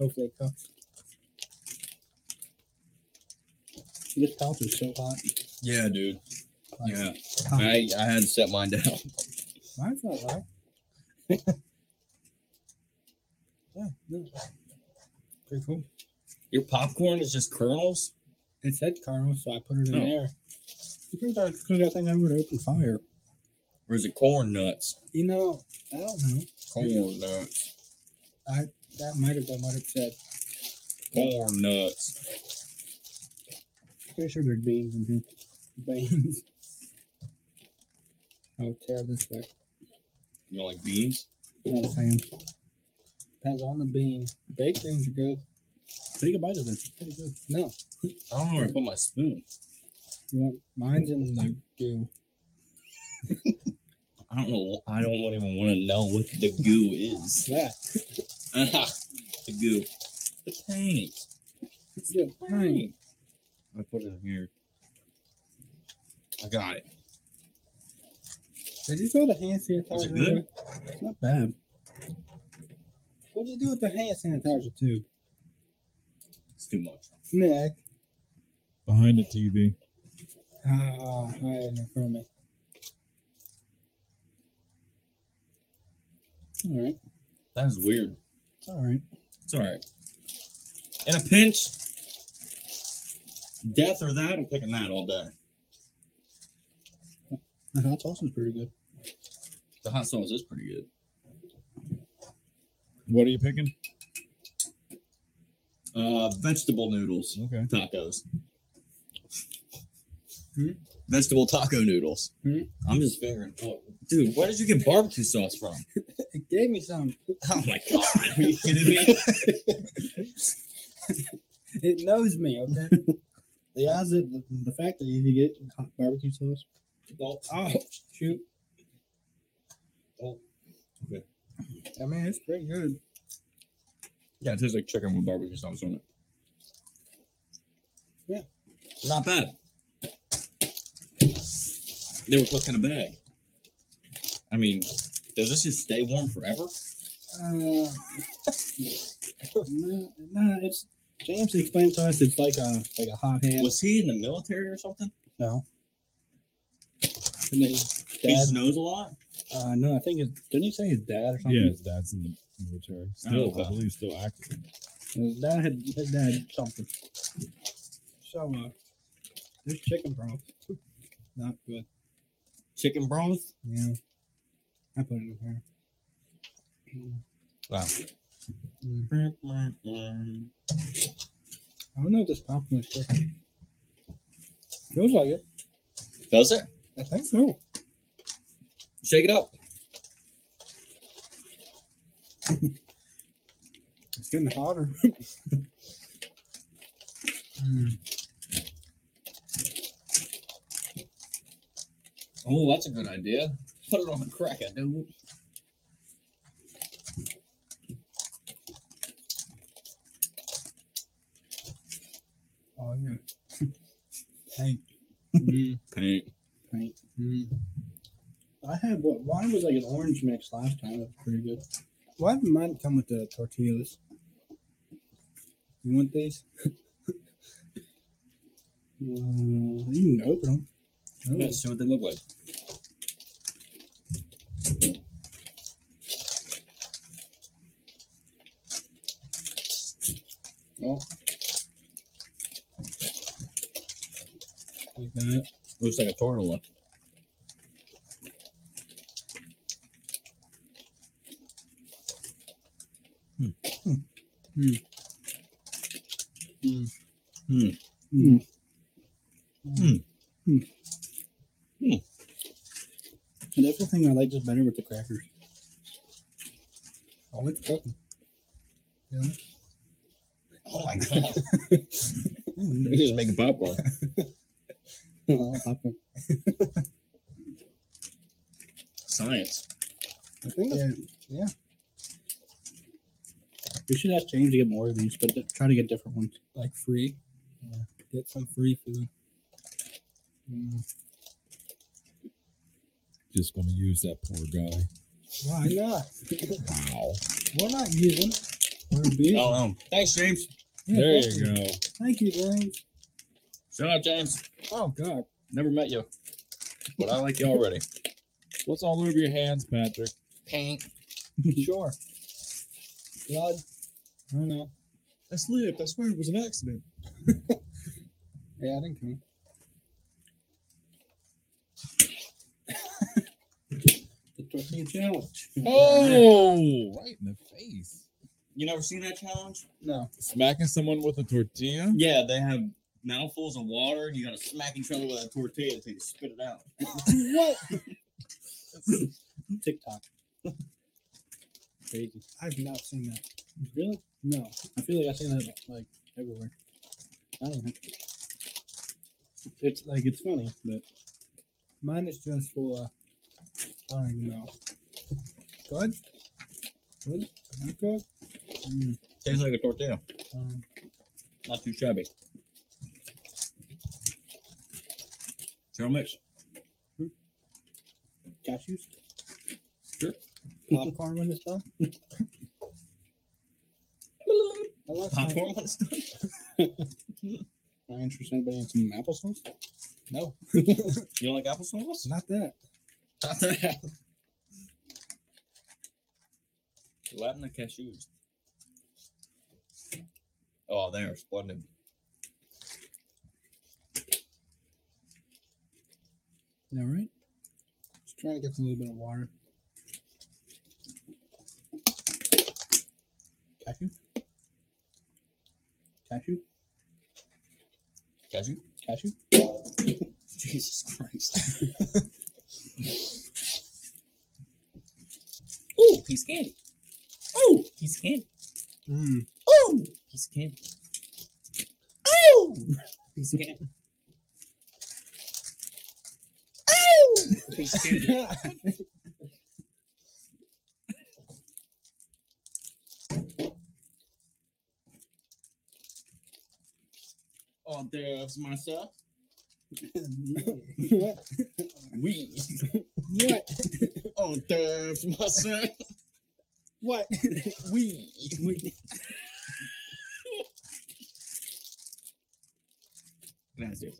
Speaker 4: Hopefully it cooks.
Speaker 1: This pouch is so hot.
Speaker 2: Yeah, dude. Yeah.
Speaker 4: Hot.
Speaker 2: I, I had to set mine down.
Speaker 4: Mine's not right. yeah. No. Pretty cool.
Speaker 2: Your popcorn is just kernels?
Speaker 4: It said caramel, so I put it in
Speaker 2: Oh.
Speaker 4: there.
Speaker 1: Because I think I would open fire.
Speaker 2: Or is it corn nuts?
Speaker 4: You know, I don't know.
Speaker 2: Corn nuts.
Speaker 4: That might have been what it said.
Speaker 2: Corn nuts.
Speaker 4: Pretty sure there's beans in here. Beans. I'll tear this back.
Speaker 2: You know, like beans?
Speaker 4: Not a fan. Depends on the bean. Baked beans are good.
Speaker 1: Take a bite of this. It's pretty good.
Speaker 4: No,
Speaker 2: I don't know where to put my spoon.
Speaker 4: you want mine's in the goo.
Speaker 2: I don't know. I don't even want to know what the goo is.
Speaker 4: That.
Speaker 2: the goo. The paint.
Speaker 4: It's good.
Speaker 2: Paint. I put it in here. I got it.
Speaker 4: Did you throw the hand sanitizer?
Speaker 2: Is it good?
Speaker 4: away?
Speaker 1: It's not bad.
Speaker 4: What'd you do with the hand sanitizer tube?
Speaker 2: It's too much.
Speaker 4: Nick.
Speaker 3: Behind the TV.
Speaker 4: Ah, I had it from me.
Speaker 1: All right.
Speaker 2: That is weird.
Speaker 1: It's all right.
Speaker 2: It's all right. In a pinch, death or that, I'm picking that all day.
Speaker 1: The hot sauce is pretty good.
Speaker 2: The hot sauce is pretty good.
Speaker 3: What are you picking?
Speaker 2: Uh, vegetable noodles,
Speaker 3: Okay.
Speaker 2: tacos.
Speaker 4: Hmm?
Speaker 2: Vegetable taco noodles.
Speaker 4: Hmm?
Speaker 2: I'm just figuring, oh, dude, where did you get barbecue sauce from?
Speaker 4: It gave me some.
Speaker 2: Oh my god, are you kidding me?
Speaker 4: It knows me, okay?
Speaker 1: The odds of the, the fact that you get hot barbecue sauce.
Speaker 2: oh,
Speaker 4: Oh, shoot.
Speaker 2: Oh, okay.
Speaker 4: I mean, it's pretty good.
Speaker 2: yeah, it tastes like chicken with barbecue sauce on it.
Speaker 4: Yeah.
Speaker 2: not bad. They were cooked in a bag. I mean, does this just stay warm forever?
Speaker 4: Uh, no,
Speaker 1: Nah, nah, it's James explained to us it's like a like a hot hand.
Speaker 2: Was he in the military or something?
Speaker 1: No. And then
Speaker 2: He
Speaker 1: dad,
Speaker 2: snows a lot.
Speaker 1: uh, no, I think it didn't he say his dad or something?
Speaker 3: Yeah, his dad's in the military. Still,
Speaker 2: Oh, wow.
Speaker 3: I believe, still active.
Speaker 1: His dad had his dad did something.
Speaker 4: So, uh, this chicken broth, not good.
Speaker 2: Chicken broth.
Speaker 4: Yeah, I put it in here. I don't know if this popcorn is good. Feels like it.
Speaker 2: Does it?
Speaker 4: I think so.
Speaker 2: Shake it up.
Speaker 4: It's getting hotter.
Speaker 2: Hmm. Oh, that's a good idea. Put it on a cracker, dude.
Speaker 4: Oh yeah. Hey,
Speaker 2: Paint.
Speaker 1: Right. I had what? Mine was like an orange mix last time. It was pretty good.
Speaker 4: why didn't mine come with the tortillas? You want these?
Speaker 1: Uh, you can open them.
Speaker 2: Let's see what they look like. Oh.
Speaker 4: Like that.
Speaker 2: Looks like a tortilla.
Speaker 1: And that's the thing I like just better with the crackers.
Speaker 4: Oh, it's cooking.
Speaker 2: Oh my god. He's just making popcorn.
Speaker 1: Oh, popcorn.
Speaker 2: Science.
Speaker 4: I think it's
Speaker 1: we should ask James to get more of these, but th- try to get different ones.
Speaker 4: like free. Yeah. Get some free food. Mm.
Speaker 3: Just going to use that poor guy.
Speaker 4: Why not?
Speaker 3: Wow.
Speaker 4: We're not using. We're being.
Speaker 2: Oh, um, thanks, James.
Speaker 4: Yeah,
Speaker 3: there
Speaker 4: thank
Speaker 3: you go.
Speaker 4: Thank you, James.
Speaker 2: Shout out, James.
Speaker 4: Oh God.
Speaker 2: Never met you, but I like you already.
Speaker 3: What's all over your hands, Patrick?
Speaker 2: Paint.
Speaker 4: sure. Blood. I don't know.
Speaker 2: I slipped. I swear it was an accident.
Speaker 4: Yeah, I didn't come.
Speaker 1: The tortilla challenge.
Speaker 3: Oh, right in the face.
Speaker 2: You never seen that challenge?
Speaker 4: No.
Speaker 3: Smacking someone with a tortilla?
Speaker 2: Yeah, they have mouthfuls of water, and you gotta smack each other with a tortilla until you spit it out.
Speaker 4: what?
Speaker 1: TikTok.
Speaker 4: Crazy. I've not seen that.
Speaker 1: Really?
Speaker 4: No.
Speaker 1: I feel like I've seen that like everywhere. I don't know. It's like it's funny, but
Speaker 4: Mine is just for. Uh, I don't even know. Good. Good. Not good. Mm.
Speaker 2: Tastes like a tortilla.
Speaker 4: Um,
Speaker 2: Not too shabby. Cheryl mix.
Speaker 1: cashews.
Speaker 4: popcorn when it's done. I like
Speaker 2: Popcorn on this stuff?
Speaker 1: Am I interested anybody in some applesauce?
Speaker 4: No,
Speaker 2: You don't like applesauce?
Speaker 4: not that.
Speaker 2: Not that. What happened to cashews? Oh, they are splendid.
Speaker 1: All right.
Speaker 4: Just trying to get a little bit of water.
Speaker 1: Cashew. Cashew.
Speaker 2: Cashew?
Speaker 1: Cashew.
Speaker 2: Jesus Christ. Ooh, piece of candy. Ooh, piece of candy.
Speaker 1: Hmm.
Speaker 4: Mm.
Speaker 2: Ooh, piece of candy. Ooh, piece of candy. Ooh, piece of candy. Oh, there's myself.
Speaker 4: what?
Speaker 2: We.
Speaker 4: What?
Speaker 2: Oh, there's myself.
Speaker 4: What?
Speaker 2: We. That's it.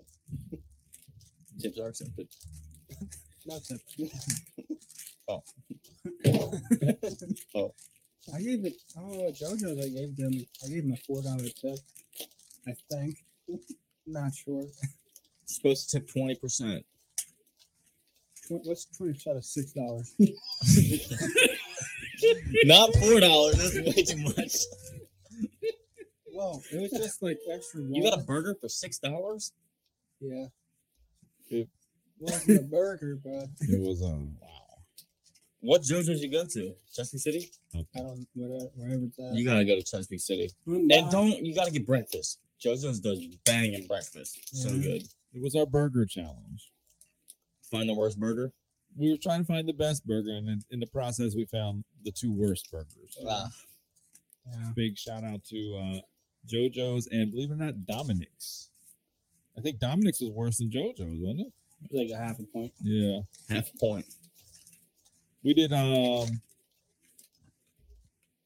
Speaker 2: Tips are accepted.
Speaker 4: That's it.
Speaker 3: Oh.
Speaker 2: Oh.
Speaker 4: I gave it. Oh, JoJo's. I gave them. I gave them a four dollar tip. I think. Not sure.
Speaker 2: supposed to tip twenty percent.
Speaker 4: Tw- What's twenty percent of six dollars?
Speaker 2: Not four dollars. That's way too much.
Speaker 4: Whoa! It was just like extra.
Speaker 2: You
Speaker 4: water.
Speaker 2: got a burger for six dollars?
Speaker 4: Yeah.
Speaker 3: Yep.
Speaker 4: Wasn't a burger, but
Speaker 3: It was um.
Speaker 2: What JoJo's you go to? Chesapeake City?
Speaker 4: I don't. Whatever. Wherever it's at.
Speaker 2: You gotta go to Chesapeake City.
Speaker 4: Mm,
Speaker 2: And
Speaker 4: wow.
Speaker 2: don't you gotta get breakfast. JoJo's does banging breakfast. So
Speaker 4: Mhm.
Speaker 2: good.
Speaker 3: It was our burger challenge.
Speaker 2: Find the worst burger.
Speaker 3: We were trying to find the best burger, and in, in the process, we found the two worst burgers.
Speaker 2: Ah,
Speaker 4: Yeah.
Speaker 3: Big shout out to uh, JoJo's and believe it or not, Dominic's. I think Dominic's was worse than JoJo's, wasn't it?
Speaker 4: It's Like a half a point.
Speaker 3: Yeah.
Speaker 2: half a point.
Speaker 3: We did um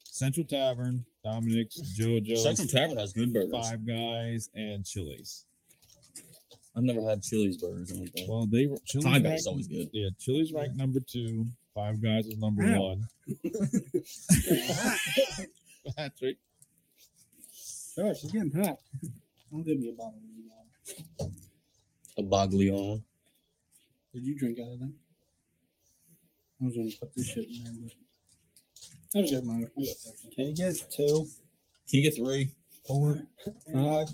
Speaker 3: Central Tavern, Dominic's, JoJo's,
Speaker 2: Central Tavern has good burgers.
Speaker 3: Five Guys, and Chili's.
Speaker 2: I've never had Chili's burgers. I don't think.
Speaker 3: Well, they were Chili's
Speaker 2: Five Guys
Speaker 3: ranked-
Speaker 2: is always good.
Speaker 3: Yeah, Chili's ranked number two. Five Guys was number
Speaker 4: Wow.
Speaker 3: one. Patrick,
Speaker 4: Oh, she's getting hot.
Speaker 1: I'll give me a bottle. of wine.
Speaker 2: A Baglione.
Speaker 4: Did you drink out of that?
Speaker 1: I was gonna put this shit in there, but that was good, Mike. I got that.
Speaker 4: Can you get two,
Speaker 2: Can you get three?
Speaker 4: four, five?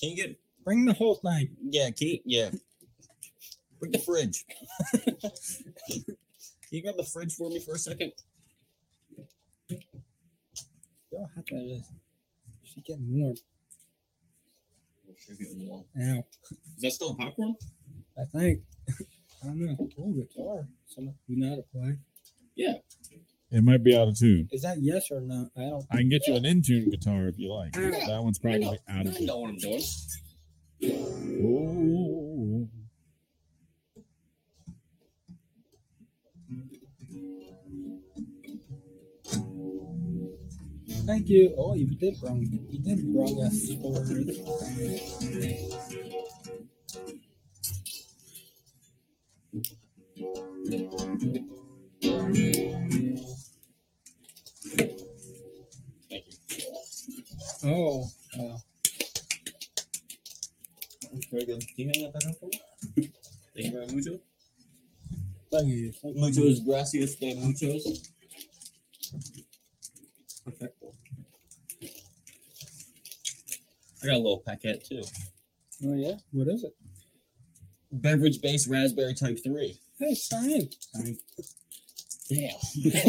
Speaker 2: Can you get
Speaker 4: Uh, Bring the whole thing.
Speaker 2: Yeah, can you, yeah. Bring the fridge. can you grab the fridge for me for a second?
Speaker 4: See how hot that is. She's getting warm.
Speaker 2: Is
Speaker 4: Ow.
Speaker 2: that still popcorn?
Speaker 4: I think. I don't know. Oh, guitar. Some you know how to play.
Speaker 3: it might be out of tune.
Speaker 4: Is that yes or no? I don't.
Speaker 3: I can get you an in tune guitar if you like.
Speaker 2: Yeah.
Speaker 3: That one's
Speaker 2: I
Speaker 3: probably
Speaker 2: know,
Speaker 3: out of
Speaker 2: I
Speaker 3: tune.
Speaker 2: know what I'm doing.
Speaker 3: Ooh.
Speaker 4: Thank you. Oh, you did bring. You did bring us forward.
Speaker 2: Thank you.
Speaker 4: Oh, wow.
Speaker 2: Very good. Can you hang that back up for me? Thank you very mucho.
Speaker 4: Thank you. Thank you.
Speaker 2: Muchos gracias de muchos. I got a little paquette too.
Speaker 4: Oh yeah. What is it?
Speaker 2: Beverage based raspberry type three.
Speaker 4: Hey, sign.
Speaker 2: Damn. I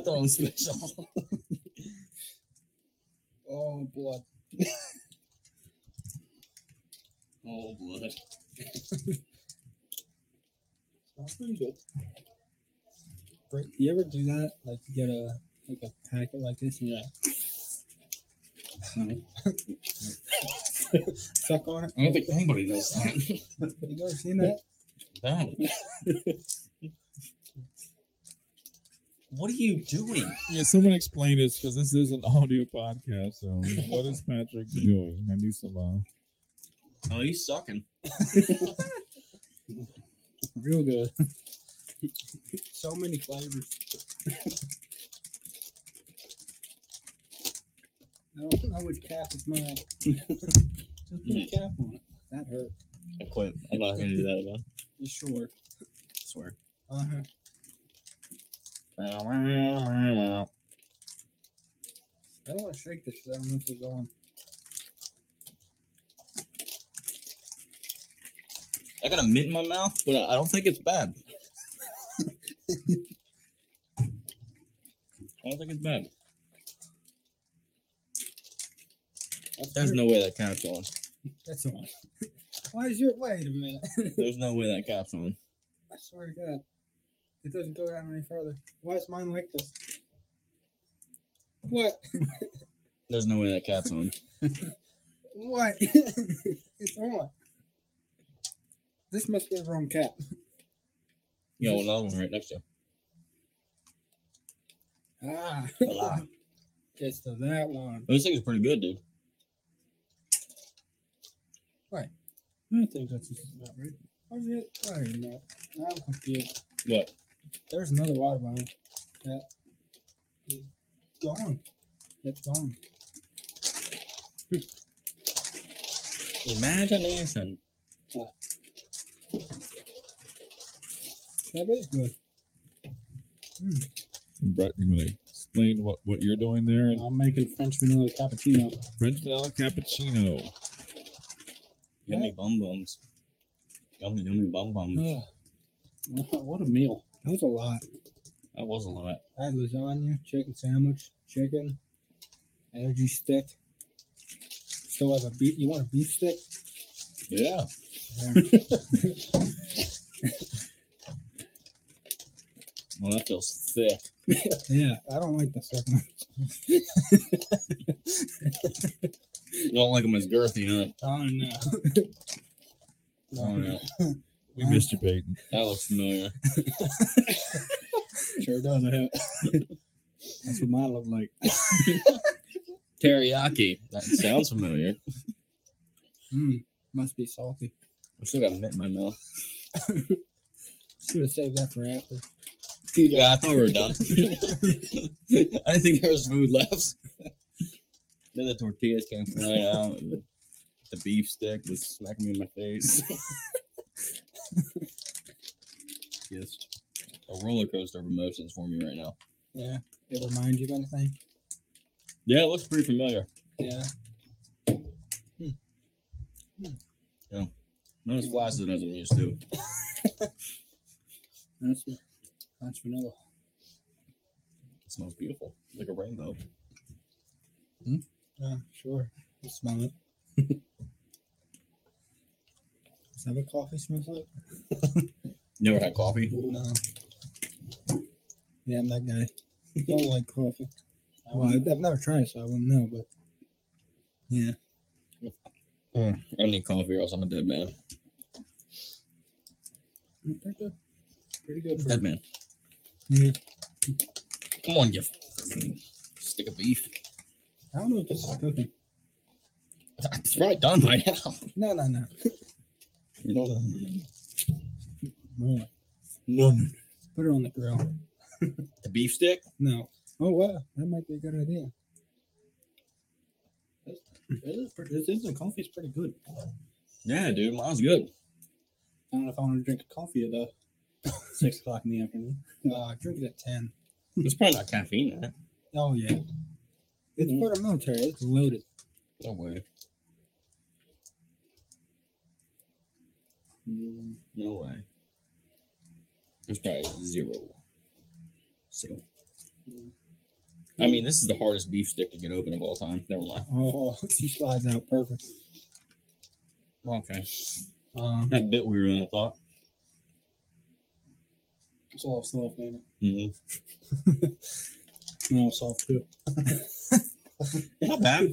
Speaker 2: thought it was special.
Speaker 4: Oh, blood.
Speaker 2: Oh, blood.
Speaker 4: That's pretty good. Break, you ever do that? Like you get a like a packet like this and you're like suck on it.
Speaker 2: I don't think anybody knows that.
Speaker 4: You never seen that?
Speaker 2: Damn. what are you doing?
Speaker 3: Yeah, someone explain this because this is an audio podcast. So, what is Patrick doing? I need some. Uh,
Speaker 2: Oh, you sucking.
Speaker 4: Real good. so many flavors. I don't I would cap with mine. Just put a cap on it. That hurt.
Speaker 2: I quit. I'm not gonna do that again.
Speaker 4: You sure?
Speaker 2: swear.
Speaker 4: Uh-huh. I don't want to shake this 'cause I don't know if it's on.
Speaker 2: I got a mint in my mouth, but I don't think it's bad. I don't think it's bad.
Speaker 4: That's
Speaker 2: There's
Speaker 4: hurt.
Speaker 2: no way that cap's on.
Speaker 4: That's on. Why is your wait a minute?
Speaker 2: There's no way that cap's on.
Speaker 4: I swear to God, it doesn't go down any further. Why is mine like this? What?
Speaker 2: There's no way that cap's on.
Speaker 4: What? it's on. This must be the wrong cap.
Speaker 2: Yo, another one right next to
Speaker 4: Ah,
Speaker 2: you.
Speaker 4: it's to that one.
Speaker 2: This thing's pretty good, dude.
Speaker 4: I think that's just about right. Where's the other? I don't even know. I'm confused.
Speaker 2: What?
Speaker 4: There's another water bottle that is gone. It's gone.
Speaker 2: Imagination.
Speaker 4: That is good.
Speaker 3: And Brett, you gonna explain what, what you're doing there and
Speaker 1: I'm making French vanilla cappuccino.
Speaker 3: French vanilla cappuccino.
Speaker 2: Yummy bum bums. Yummy, yummy bum bums.
Speaker 4: Ugh,
Speaker 1: what a meal!
Speaker 4: that was a lot.
Speaker 2: That was a lot.
Speaker 4: I had lasagna, chicken sandwich, chicken, energy stick. Still have a beef. You want a beef stick?
Speaker 2: Yeah. well, that feels thick.
Speaker 4: Yeah, I don't like the second one.
Speaker 2: You don't like them as girthy, huh?
Speaker 4: Oh no.
Speaker 2: Oh, no.
Speaker 3: We missed you, Peyton.
Speaker 2: That looks familiar.
Speaker 1: Sure does. I have. That's what mine looked like.
Speaker 2: Teriyaki. That sounds familiar.
Speaker 4: Mm, must be salty.
Speaker 2: I still got mint in my mouth.
Speaker 4: Should have saved that for after.
Speaker 2: Yeah, I thought we were done. I didn't think there was food left. then the tortillas came flying out. and The beef stick was smacking me in my face. yes. A roller coaster of emotions for me right now.
Speaker 4: Yeah. It reminds you of anything?
Speaker 2: Yeah, it looks pretty familiar.
Speaker 4: Yeah.
Speaker 2: Not as flaccid as I'm used to.
Speaker 1: That's French vanilla.
Speaker 2: It smells beautiful, like a rainbow.
Speaker 4: Yeah, sure. You smell it. Is that what coffee smells like?
Speaker 2: Never had coffee.
Speaker 4: No. Yeah, I'm that guy. don't like coffee. Well, I- I've never tried it, so I wouldn't know, but yeah.
Speaker 2: I need coffee, or else I'm a dead man.
Speaker 4: Pretty good. Pretty good.
Speaker 2: Dead man.
Speaker 4: Yeah.
Speaker 2: Come on, you stick of beef.
Speaker 4: I don't know if this is cooking.
Speaker 2: It's probably done by now.
Speaker 4: No, no, no.
Speaker 2: You know the,
Speaker 4: More.
Speaker 1: No,
Speaker 4: Put it on the grill.
Speaker 2: the beef stick.
Speaker 4: No. Oh, wow. That might be a good idea.
Speaker 1: It is pretty, this instant coffee is pretty good.
Speaker 2: Yeah, dude, mine's
Speaker 1: I
Speaker 2: good.
Speaker 1: don't know if I want to drink a coffee at uh, six o'clock in the afternoon.
Speaker 4: Uh, drink it at 10.
Speaker 2: It's probably not caffeine in it.
Speaker 4: Oh, yeah. It's
Speaker 1: Mhm.
Speaker 4: for the military. It's loaded.
Speaker 2: No way.
Speaker 1: Mm,
Speaker 2: No way. It's probably zero. So, I mean, this is the hardest beef stick to get open of all time. Never mind.
Speaker 4: Oh, she slides out perfect.
Speaker 2: Okay.
Speaker 4: Um,
Speaker 2: That bit we were in, I thought.
Speaker 1: It's all soft, man.
Speaker 2: Mm-hmm.
Speaker 1: No, it's soft too.
Speaker 2: Not bad.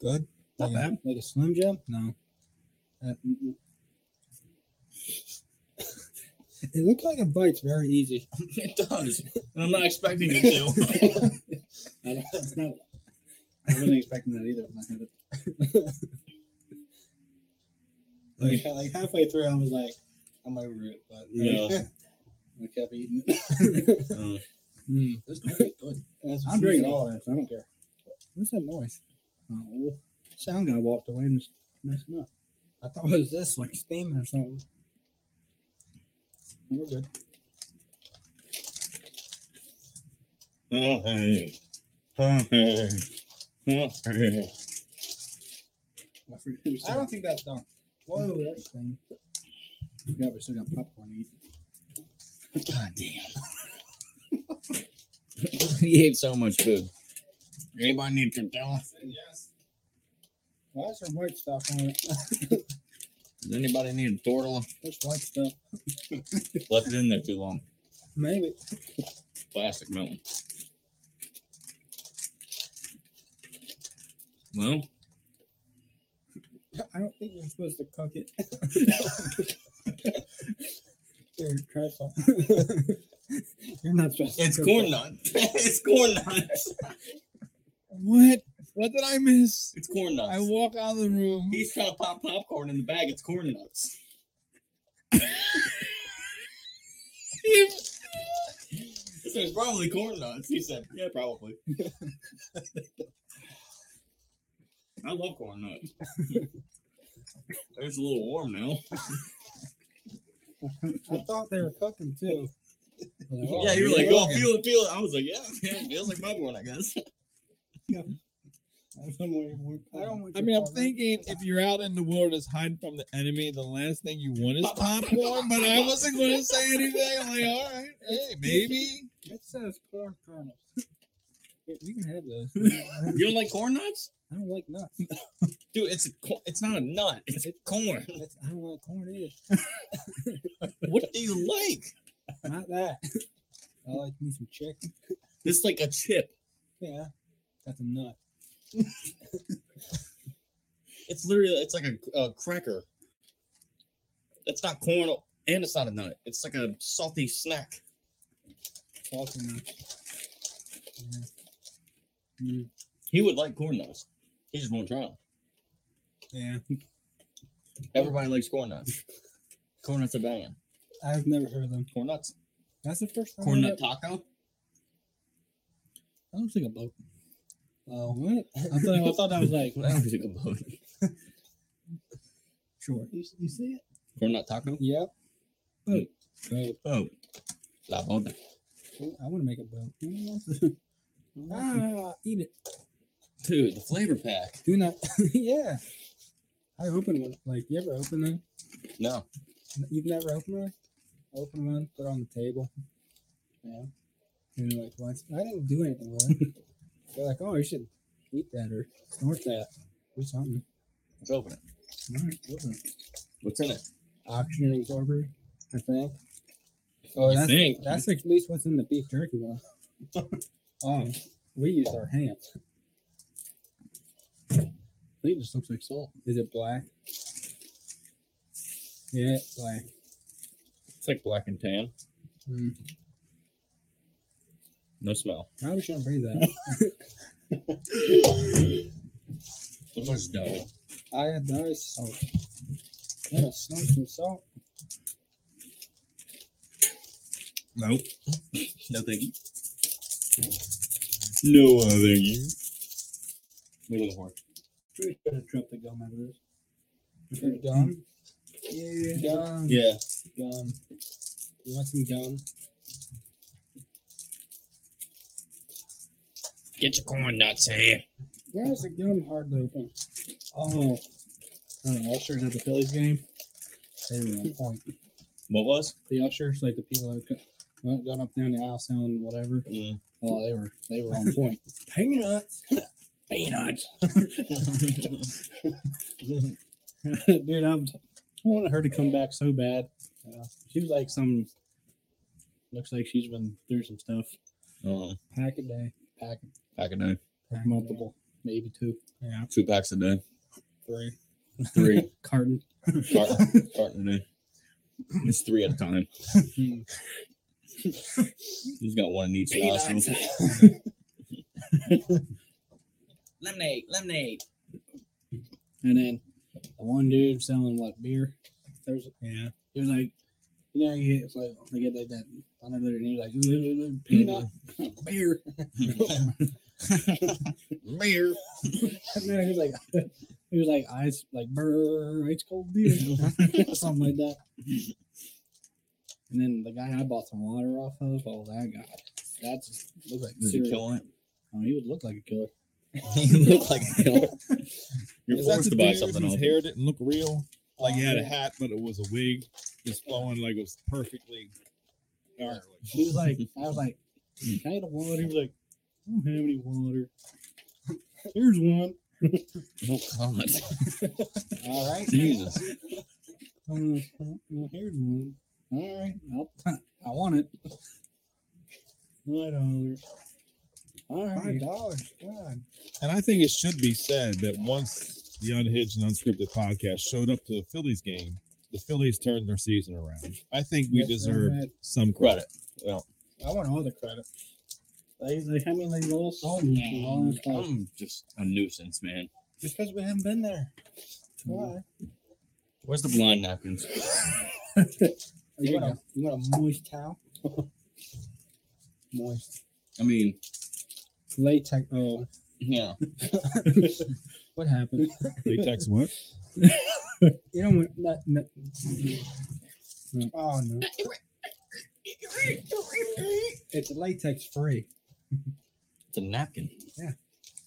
Speaker 4: good.
Speaker 2: Not
Speaker 4: like,
Speaker 2: bad.
Speaker 4: A, like a Slim Jim? No.
Speaker 1: Mm-mm.
Speaker 4: It looks like it bites very easy.
Speaker 2: It does. And I'm not expecting it to.
Speaker 1: I don't- it's not. I wasn't expecting that either when I had it. Like,
Speaker 4: Like,
Speaker 1: like halfway through, I was like, I'm over it,
Speaker 4: uh,
Speaker 1: but
Speaker 2: Yeah.
Speaker 1: I kept eating it.
Speaker 2: Uh,
Speaker 4: mm,
Speaker 1: This coffee is good.
Speaker 4: that's-
Speaker 1: I'm drinking all this. I don't care.
Speaker 4: What's that noise?
Speaker 1: Oh, sound guy walked away and just messed it up.
Speaker 4: I thought it was this, like steaming or something.
Speaker 1: We're good.
Speaker 2: okay. Okay. Okay.
Speaker 1: I forget who said
Speaker 4: I don't
Speaker 1: it.
Speaker 4: think that's done. Whoa, that's clean.
Speaker 1: Yeah, we still got popcorn to eat.
Speaker 2: God damn. he ate so much food. Anybody need tortilla?
Speaker 4: Yes. Why is there white stuff on it?
Speaker 2: Does anybody need a tortilla?
Speaker 4: There's white stuff.
Speaker 2: Left it in there too long.
Speaker 4: Maybe.
Speaker 2: Plastic melon. Well,
Speaker 4: I don't think you're supposed to cook it. Here, try some. you're not supposed to
Speaker 2: it's
Speaker 4: cook
Speaker 2: corn
Speaker 4: it.
Speaker 2: nuts. it's corn nuts.
Speaker 3: What? What did I miss?
Speaker 2: It's corn nuts.
Speaker 3: walk out of the room.
Speaker 2: He's trying to pop popcorn in the bag. It's corn nuts. So it's probably corn nuts. He said, yeah, probably. I love corn nuts. There's a little warm now.
Speaker 4: I thought they were cooking too.
Speaker 2: Yeah, you were like, oh, feel it, feel it. I was like, yeah, man, feels like popcorn, I guess.
Speaker 4: I don't want
Speaker 3: I
Speaker 4: your
Speaker 3: mean, I'm
Speaker 4: corn.
Speaker 3: thinking if you're out in the wilderness hiding from the enemy, the last thing you want is popcorn. But I wasn't going to say anything. I'm like, all right, hey, maybe.
Speaker 4: It says corn kernels. Yeah, you can have those.
Speaker 2: You don't like corn nuts?
Speaker 4: I don't like nuts.
Speaker 2: Dude, it's a cor- it's not a nut. It's corn.
Speaker 4: That's, I don't like corn either.
Speaker 2: What do you like?
Speaker 4: Not that. I like me some chicken.
Speaker 2: It's like a chip.
Speaker 4: Yeah, that's a nut.
Speaker 2: It's literally it's like a, a cracker. It's not corn and it's not a nut. It's like a salty snack.
Speaker 4: Salty nut.
Speaker 2: He would like corn nuts. He just won't try them.
Speaker 4: Yeah,
Speaker 2: Everybody likes corn nuts. corn nuts are banging.
Speaker 4: I've never heard of them.
Speaker 2: Corn nuts.
Speaker 4: That's the first time.
Speaker 2: Corn
Speaker 4: I
Speaker 2: nut taco.
Speaker 4: don't think about.
Speaker 1: Oh,
Speaker 4: What?
Speaker 1: I thought, I thought that was like,
Speaker 2: I don't think about it.
Speaker 4: Sure.
Speaker 1: you, you see it?
Speaker 2: Corn nut taco.
Speaker 4: Yep.
Speaker 2: Oh, la boda.
Speaker 4: Ooh, I want to make a boat. Who wants
Speaker 1: Nah.
Speaker 4: Ah, eat it.
Speaker 2: Dude, the flavor pack.
Speaker 4: Do not. yeah. I opened one. Like, you ever open them?
Speaker 2: No,
Speaker 4: You've never opened one? Open one, put it on the table. Yeah. And you're like, what? I didn't do anything with it. They're like, oh, you should eat that or snort that or something.
Speaker 2: let's open it.
Speaker 4: All right, open it.
Speaker 2: What's in it?
Speaker 4: Oxygen absorber, I think. Oh, that's,
Speaker 2: think?
Speaker 4: that's at least what's in the beef jerky, though.
Speaker 1: Oh.
Speaker 4: um, we use our hands.
Speaker 1: I think it just looks like salt.
Speaker 4: Is it black? Yeah, it's black.
Speaker 2: It's like black and tan.
Speaker 4: Mm.
Speaker 2: No smell.
Speaker 4: Probably shouldn't breathe that.
Speaker 2: It looks dough.
Speaker 4: I had nice salt. Oh. Yeah, snort some salt.
Speaker 2: Nope. no thank you.
Speaker 3: No, uh, thank you.
Speaker 2: What are you looking for?
Speaker 1: Pretty good at drop the gum out of this.
Speaker 4: Some gum? Yeah. Gum.
Speaker 2: Yeah.
Speaker 4: Gum. You want some gum?
Speaker 2: Get your corn nuts here.
Speaker 4: Why is the gum hard to open?
Speaker 1: Oh, I don't know, ushers at the Phillies game.
Speaker 4: They were on point.
Speaker 2: What was?
Speaker 1: The ushers, like the people that co- went, got up there in the aisle selling whatever.
Speaker 2: Mm.
Speaker 1: Oh, they were they were on point.
Speaker 4: Peanuts.
Speaker 1: Peanuts, dude. I'm, I wanted her to come back so bad. Uh, she was like some. Looks like she's been through some stuff.
Speaker 2: um,
Speaker 4: Pack a day.
Speaker 1: Pack
Speaker 2: pack a day.
Speaker 4: Pack
Speaker 1: multiple, maybe two,
Speaker 4: Yeah.
Speaker 2: Two packs a day.
Speaker 4: Three.
Speaker 2: Three.
Speaker 1: carton.
Speaker 2: Carton, carton a day. It's three at a time. He's got one in each nostril.
Speaker 5: lemonade, lemonade.
Speaker 1: And then the one dude selling what beer? There's
Speaker 4: Yeah.
Speaker 1: he was like, you know, you get it's like they get like that. I know and he was like, "Ooh, ooh, ooh, peanut beer.
Speaker 2: Mayor.
Speaker 1: And then he was like, he was like ice, like brr, ice cold beer, something like that. And then the guy I bought some water off of, oh that guy, that's look like
Speaker 2: Is he
Speaker 1: serial-
Speaker 2: killing it?
Speaker 1: Oh, he would look like a killer.
Speaker 2: you look like a killer. You're
Speaker 3: Is that
Speaker 2: forced
Speaker 3: the
Speaker 2: to buy
Speaker 3: dude
Speaker 2: something
Speaker 3: whose
Speaker 2: off.
Speaker 3: hair didn't look real. Like he had a
Speaker 1: Yeah.
Speaker 3: hat, but it was a wig, just flowing like it was perfectly. gnarly.
Speaker 1: He was like, I was like, can I get a water? He was like, I don't have any water. Here's one.
Speaker 2: Oh God.
Speaker 1: All right.
Speaker 2: Jesus.
Speaker 1: Uh, well, here's one. All right, I'll, I want it. Five dollars. All
Speaker 4: Five
Speaker 1: right.
Speaker 4: dollars. God.
Speaker 3: And I think it should be said that once the Unhinged and Unscripted podcast showed up to the Phillies game, the Phillies turned their season around. I think we
Speaker 4: Yes, they
Speaker 3: deserve
Speaker 4: had-
Speaker 3: some
Speaker 2: Credit.
Speaker 3: credit.
Speaker 2: Well,
Speaker 4: I want all the credit.
Speaker 1: They, they, I mean, they lost.
Speaker 4: Oh,
Speaker 1: all of them. All of them.
Speaker 2: I'm just a nuisance, man.
Speaker 1: Oh,
Speaker 4: Just because we haven't been there.
Speaker 1: Why?
Speaker 2: Where's the blind napkins?
Speaker 4: You want, a, you want a moist towel? moist.
Speaker 2: I mean,
Speaker 4: Latex. Oh,
Speaker 2: yeah.
Speaker 4: what happened?
Speaker 3: Latex what?
Speaker 4: You don't want that. that- Oh no! It's latex free.
Speaker 2: It's a napkin.
Speaker 4: Yeah.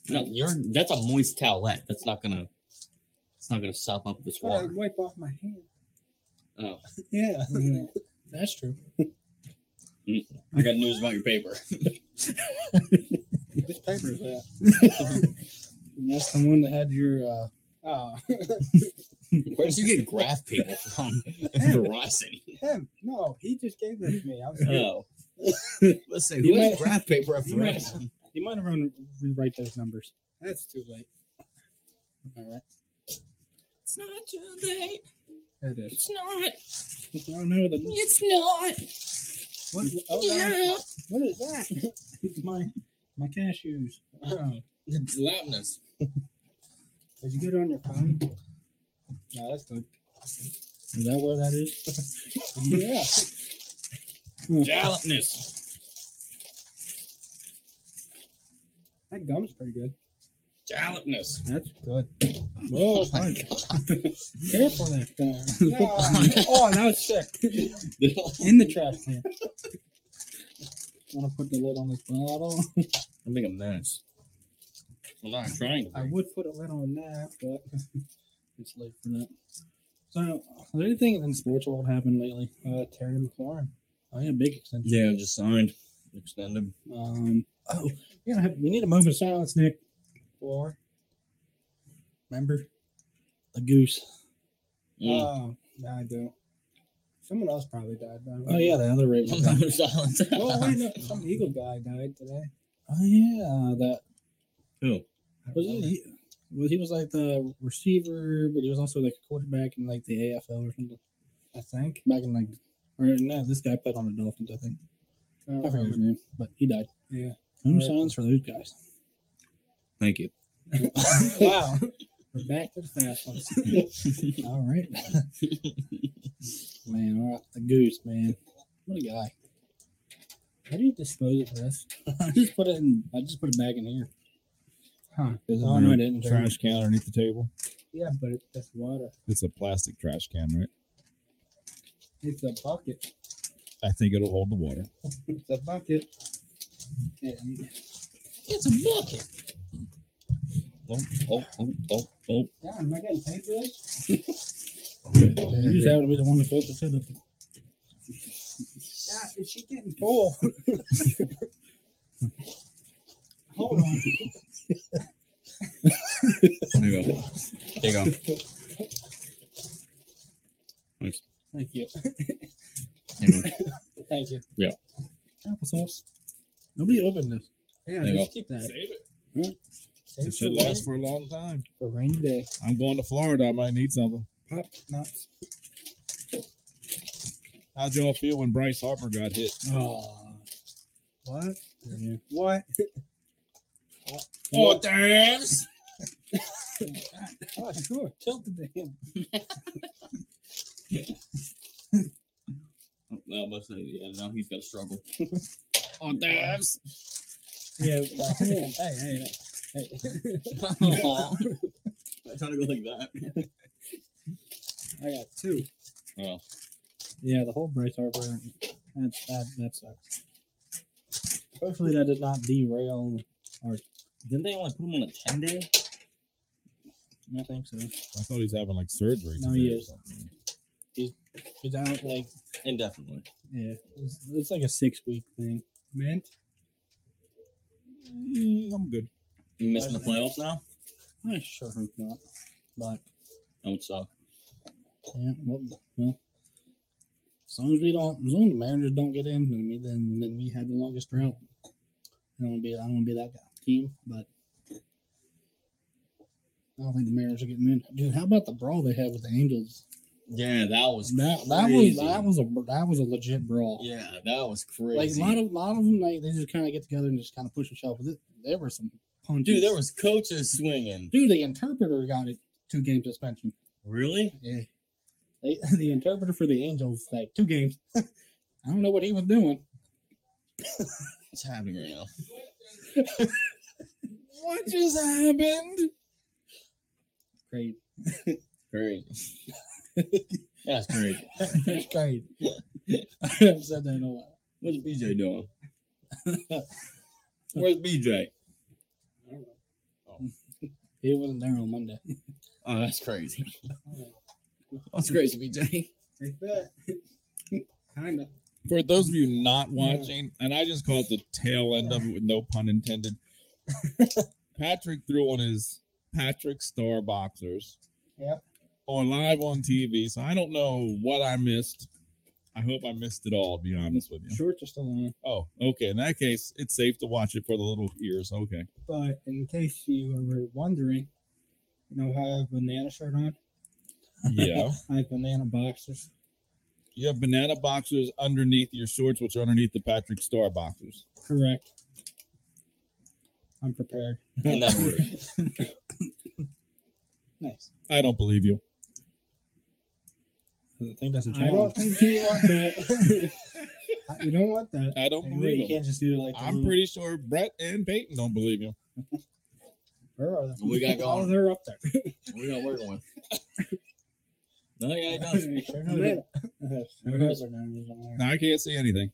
Speaker 2: No, you're that's a moist towelette. That's not gonna it's not gonna sop up this
Speaker 4: But I
Speaker 2: water.
Speaker 4: wipe off my hand.
Speaker 2: Oh.
Speaker 4: Yeah.
Speaker 1: That's true.
Speaker 2: I got news about your paper.
Speaker 4: Which paper is that?
Speaker 1: And that's the one that had your uh,
Speaker 4: Oh,
Speaker 2: Where did you get graph paper from? Verizon.
Speaker 4: him. No, he just gave this to me. I was
Speaker 2: Oh. Let's say
Speaker 1: You
Speaker 2: who has
Speaker 1: might-
Speaker 2: graph paper at
Speaker 1: you might-
Speaker 2: Verizon?
Speaker 1: you might have run rewrite those numbers.
Speaker 4: That's too late.
Speaker 1: All right.
Speaker 5: It's not too late.
Speaker 4: It is.
Speaker 5: It's not.
Speaker 1: I don't know the
Speaker 5: It's not.
Speaker 1: what,
Speaker 4: Oh, no.
Speaker 5: Yeah.
Speaker 4: What is that?
Speaker 1: my my cashews.
Speaker 4: Oh,
Speaker 2: It's loudness.
Speaker 4: Did you get it on your phone? No, that's good.
Speaker 1: Is that where that is?
Speaker 4: Yeah.
Speaker 2: Jalapness.
Speaker 4: That gum's pretty good.
Speaker 2: Jalapness.
Speaker 4: That's good.
Speaker 1: Whoa, fine. careful there.
Speaker 4: oh, now it's sick.
Speaker 1: In the trash can. Want to put the lid on this bottle?
Speaker 2: I'm being a mess. I'm not trying to.
Speaker 1: I would put a lid on that, but it's late for that. So, has anything in sports world happened lately?
Speaker 4: Uh, Terry McLaurin.
Speaker 1: I had a big extension.
Speaker 2: Yeah, just signed. Extended.
Speaker 1: Um, oh, yeah, I have- we need a moment of silence, Nick.
Speaker 4: Four.
Speaker 1: Remember the goose?
Speaker 2: Mm.
Speaker 4: Oh, no, I don't. Someone else probably died. though.
Speaker 1: Oh yeah, the other Raven. guy.
Speaker 2: Moment of silence.
Speaker 4: Well, wait, no, some Eagle guy died today.
Speaker 1: oh yeah, that
Speaker 2: Who?
Speaker 4: I
Speaker 1: was
Speaker 4: don't
Speaker 1: he.
Speaker 4: know.
Speaker 1: he well, he was like the receiver, but he was also like a quarterback in like the AFL or something.
Speaker 4: I think.
Speaker 1: Back in like, or no, this guy played on the Dolphins, I think.
Speaker 4: I
Speaker 1: I
Speaker 4: don't
Speaker 1: forgot his
Speaker 4: remember.
Speaker 1: name, but he died.
Speaker 4: Yeah.
Speaker 1: No
Speaker 4: Right.
Speaker 1: silence for those guys.
Speaker 2: Thank you.
Speaker 4: wow. We're back to the fast ones.
Speaker 1: All right. man, all right. The goose, man. What a guy.
Speaker 4: How do you dispose of this?
Speaker 1: I just put it in I just put it back in here.
Speaker 4: Huh.
Speaker 1: Oh no, I didn't.
Speaker 3: Trash can underneath the table.
Speaker 4: Yeah, but it, that's water.
Speaker 3: It's a plastic trash can, right?
Speaker 4: It's a bucket.
Speaker 3: I think it'll hold the water.
Speaker 4: It's a bucket.
Speaker 5: It's a bucket.
Speaker 2: Oh, oh, oh, oh, oh.
Speaker 4: Yeah, am I getting paid for this?
Speaker 1: You just have to be the one that puts the head up.
Speaker 4: Yeah, is she getting full? Hold on.
Speaker 2: There you go. There you go.
Speaker 4: Thank you.
Speaker 2: There you go.
Speaker 4: Thank you.
Speaker 1: Applesauce. Nobody opened this.
Speaker 4: Yeah,
Speaker 2: There you
Speaker 4: just keep that. Hmm?
Speaker 3: Save it.
Speaker 4: Save
Speaker 3: It should
Speaker 4: for
Speaker 3: last for a long time.
Speaker 4: a rainy day.
Speaker 3: I'm going to Florida. I might need something.
Speaker 4: Pop nuts.
Speaker 3: How'd y'all feel when Bryce Harper got hit?
Speaker 1: Oh,
Speaker 4: What?
Speaker 1: yeah.
Speaker 4: What?
Speaker 2: Oh, damns.
Speaker 4: Oh, sure. Tilted the him.
Speaker 2: Well, I must say, yeah, now he's got to struggle. oh, damns.
Speaker 4: Yeah. but- hey, hey, hey.
Speaker 2: Aw. I trying to go like that.
Speaker 4: I got two.
Speaker 2: Well,
Speaker 1: yeah, the whole Bryce Harper. That, that, that sucks. Hopefully, that did not derail.
Speaker 2: didn't they only put him on a 10 day?
Speaker 1: I think so.
Speaker 3: I thought he's having like surgery.
Speaker 1: No,
Speaker 3: today
Speaker 1: he
Speaker 3: or
Speaker 1: is.
Speaker 3: something.
Speaker 1: It's out like
Speaker 2: Indefinitely.
Speaker 1: yeah, it's, it's like a six week thing.
Speaker 4: Mint.
Speaker 3: Mm, I'm good.
Speaker 2: You missing the playoffs now?
Speaker 1: I sure hope not. But
Speaker 2: That would suck.
Speaker 1: yeah, well, well, as long as we don't, as long as the Mariners don't get in, then we then, then we had the longest drought. I don't want to be, I don't want to be that guy, team, but I don't think the Mariners are getting in. Dude, how about the brawl they had with the Angels?
Speaker 2: Yeah, that was
Speaker 1: That that
Speaker 2: crazy.
Speaker 1: was that was a that was a legit brawl.
Speaker 2: Yeah, that was
Speaker 1: Like a
Speaker 2: crazy.
Speaker 1: lot of lot of them, like they just kind of get together and just kind of push each other. But th- there were some punches.
Speaker 2: Dude, there was coaches swinging.
Speaker 1: dude. The interpreter got it two game suspension.
Speaker 2: Really?
Speaker 1: Yeah, They, the interpreter for the Angels, like two games. I don't know what he was doing.
Speaker 2: What's happening right now?
Speaker 1: What just happened? Great.
Speaker 2: Great. That's great.
Speaker 1: It's great. I uh, haven't said that in a while.
Speaker 2: What's BJ doing? Where's BJ?
Speaker 1: He wasn't there on Monday.
Speaker 2: Oh, that's crazy. That's crazy, BJ.
Speaker 4: Like that. kind of.
Speaker 3: For those of you not watching, and I just caught the tail end of it with no pun intended. Patrick threw on his Patrick Star boxers.
Speaker 4: Yep.
Speaker 3: On live on TV, so I don't know what I missed. I hope I missed it all. to Be honest with you.
Speaker 4: Shorts are still on.
Speaker 3: Oh, okay. In that case, it's safe to watch it for the little ears. Okay.
Speaker 4: But in case you were wondering, you know how I have banana shirt on?
Speaker 3: Yeah.
Speaker 4: I have banana boxers.
Speaker 3: you have banana boxers underneath your shorts, which are underneath the Patrick Star boxers.
Speaker 4: Correct. I'm prepared.
Speaker 2: In that order.
Speaker 4: Nice.
Speaker 3: I don't believe you.
Speaker 1: I think that's a
Speaker 4: I
Speaker 1: challenge.
Speaker 4: don't think you want that. you don't want that.
Speaker 3: I don't
Speaker 1: Like, wait, you
Speaker 3: believe you.
Speaker 1: can't just do it like
Speaker 3: I'm pretty sure Brett and Peyton don't believe you.
Speaker 4: Where are they?
Speaker 2: We got
Speaker 4: Oh,
Speaker 2: going.
Speaker 4: they're up there.
Speaker 2: We got working one. No, yeah, it does.
Speaker 4: Banana.
Speaker 1: What
Speaker 3: Now I can't see anything.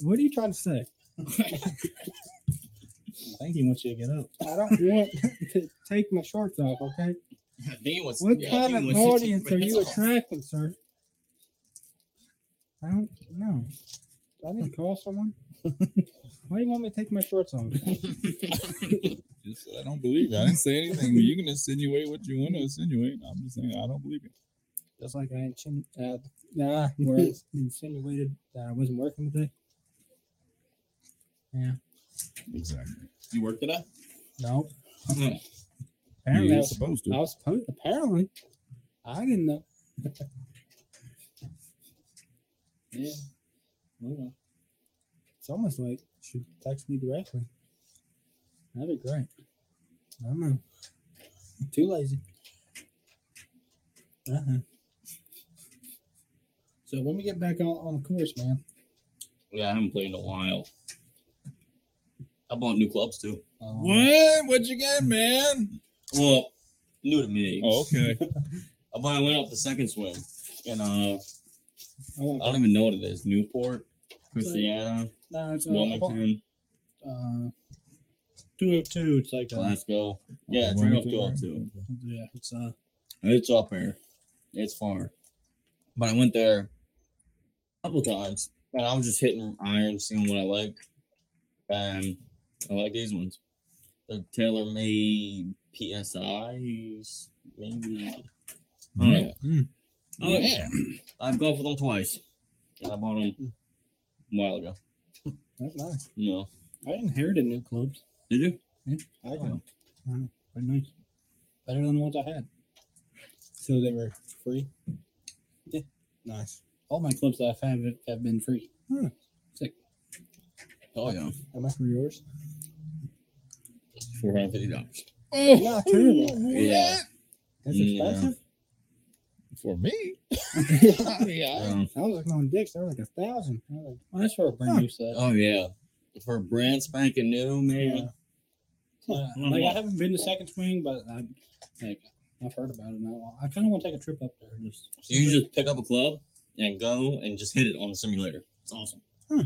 Speaker 4: What are you trying to say?
Speaker 1: I think he wants you to get up.
Speaker 4: I don't want to take my shorts off, okay?
Speaker 2: I think it was-
Speaker 4: What
Speaker 2: yeah, I
Speaker 4: kind
Speaker 2: think
Speaker 4: of
Speaker 2: it was 16
Speaker 4: audience are you
Speaker 2: minutes.
Speaker 4: attracting, sir? I don't know. I didn't call someone. Why do you want me to take my shorts off?
Speaker 3: Just said I don't believe you. I didn't say anything. You can insinuate what you want to insinuate. I'm just saying I don't believe you.
Speaker 4: Just like I inchin- uh, nah, words insinuated that I wasn't working today.
Speaker 3: Exactly.
Speaker 2: You work today?
Speaker 4: No.
Speaker 2: Hmm.
Speaker 4: Mm. Apparently, I
Speaker 3: You're
Speaker 4: was,
Speaker 3: supposed
Speaker 4: I
Speaker 3: to.
Speaker 4: was supposed. Apparently, I didn't know.
Speaker 1: Yeah.
Speaker 4: Oh,
Speaker 1: Well,
Speaker 4: It's almost like you should text me directly. That'd be great. I don't know. I'm too lazy. Uh-huh.
Speaker 1: So when we get back on, on the course, man,
Speaker 2: Yeah, I haven't played in a while. I bought new clubs too.
Speaker 1: um,
Speaker 3: What? What you get, man?
Speaker 2: Well, new to me.
Speaker 3: Oh, okay.
Speaker 2: I bought- I went up the second swim, and uh,
Speaker 1: I
Speaker 4: Oh,
Speaker 1: want
Speaker 2: I don't even know what it is. Newport, Christiana,
Speaker 1: No, it's uh,
Speaker 2: Wilmington,
Speaker 1: uh, 202. It's like, uh,
Speaker 2: Glasgow. Yeah, it's
Speaker 3: Okay,
Speaker 2: right up
Speaker 3: Wilmington,
Speaker 2: to up
Speaker 3: right?
Speaker 2: to.
Speaker 1: yeah, it's uh,
Speaker 2: It's up there. It's far. But I went there a couple times, and I was just hitting irons, seeing what I like. Um, I like these ones. They're tailor made PSIs, maybe. I don't know.
Speaker 4: Mm.
Speaker 2: Oh yeah, I've golfed with them twice. And I bought them a while ago.
Speaker 4: That's nice.
Speaker 2: No,
Speaker 1: I inherited new clubs.
Speaker 2: did you?
Speaker 4: I can.
Speaker 1: Pretty nice. Better than the ones I had.
Speaker 4: So they were
Speaker 1: Free.
Speaker 4: nice.
Speaker 1: All my clubs that I've had have- have been free.
Speaker 2: Oh yeah,
Speaker 4: How much were yours?
Speaker 2: four hundred fifty dollars.
Speaker 3: Oh,
Speaker 4: Yeah, terrible.
Speaker 2: Yeah,
Speaker 4: That's
Speaker 2: Yeah.
Speaker 4: expensive.
Speaker 3: For me?
Speaker 2: um,
Speaker 4: I was looking on dicks. They were like a thousand. I was
Speaker 1: Well, that's for a brand new set.
Speaker 2: oh yeah, for brand spanking new, man.
Speaker 4: Yeah.
Speaker 1: Uh, like I haven't been to Second Swing, but I, like, I've heard about it now. I kind of want to take a trip up there. Just
Speaker 2: So you just pick up a club and go and just hit it on the simulator. It's awesome.
Speaker 4: Hmm.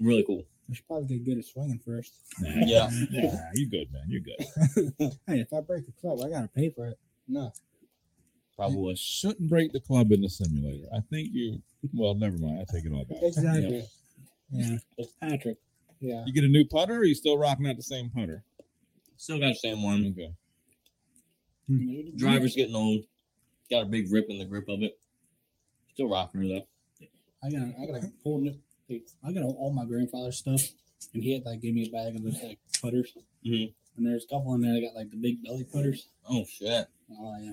Speaker 2: Really cool.
Speaker 4: like, I should probably get good at swinging first.
Speaker 2: Yeah.
Speaker 3: Nah, you good, man. You're good.
Speaker 4: Hey, if I break a club, I gotta pay for it. No.
Speaker 2: Probably.
Speaker 3: Shouldn't break the club in the simulator. I think you. Well, never mind. I take it all back.
Speaker 4: Exactly.
Speaker 1: yeah, it's Patrick.
Speaker 4: Yeah.
Speaker 3: You get a new putter, or are you still rocking out the same putter?
Speaker 2: Still got the same one.
Speaker 3: Okay.
Speaker 4: Hmm.
Speaker 2: Driver's getting old. Got a big rip in the grip of it. Still rocking her though.
Speaker 1: I got I got a whole new. I got all my grandfather's stuff, and he had like gave me a bag of those like putters.
Speaker 2: Mhm.
Speaker 1: And there's a couple in there that got like the big belly putters.
Speaker 2: Oh shit.
Speaker 1: Oh yeah,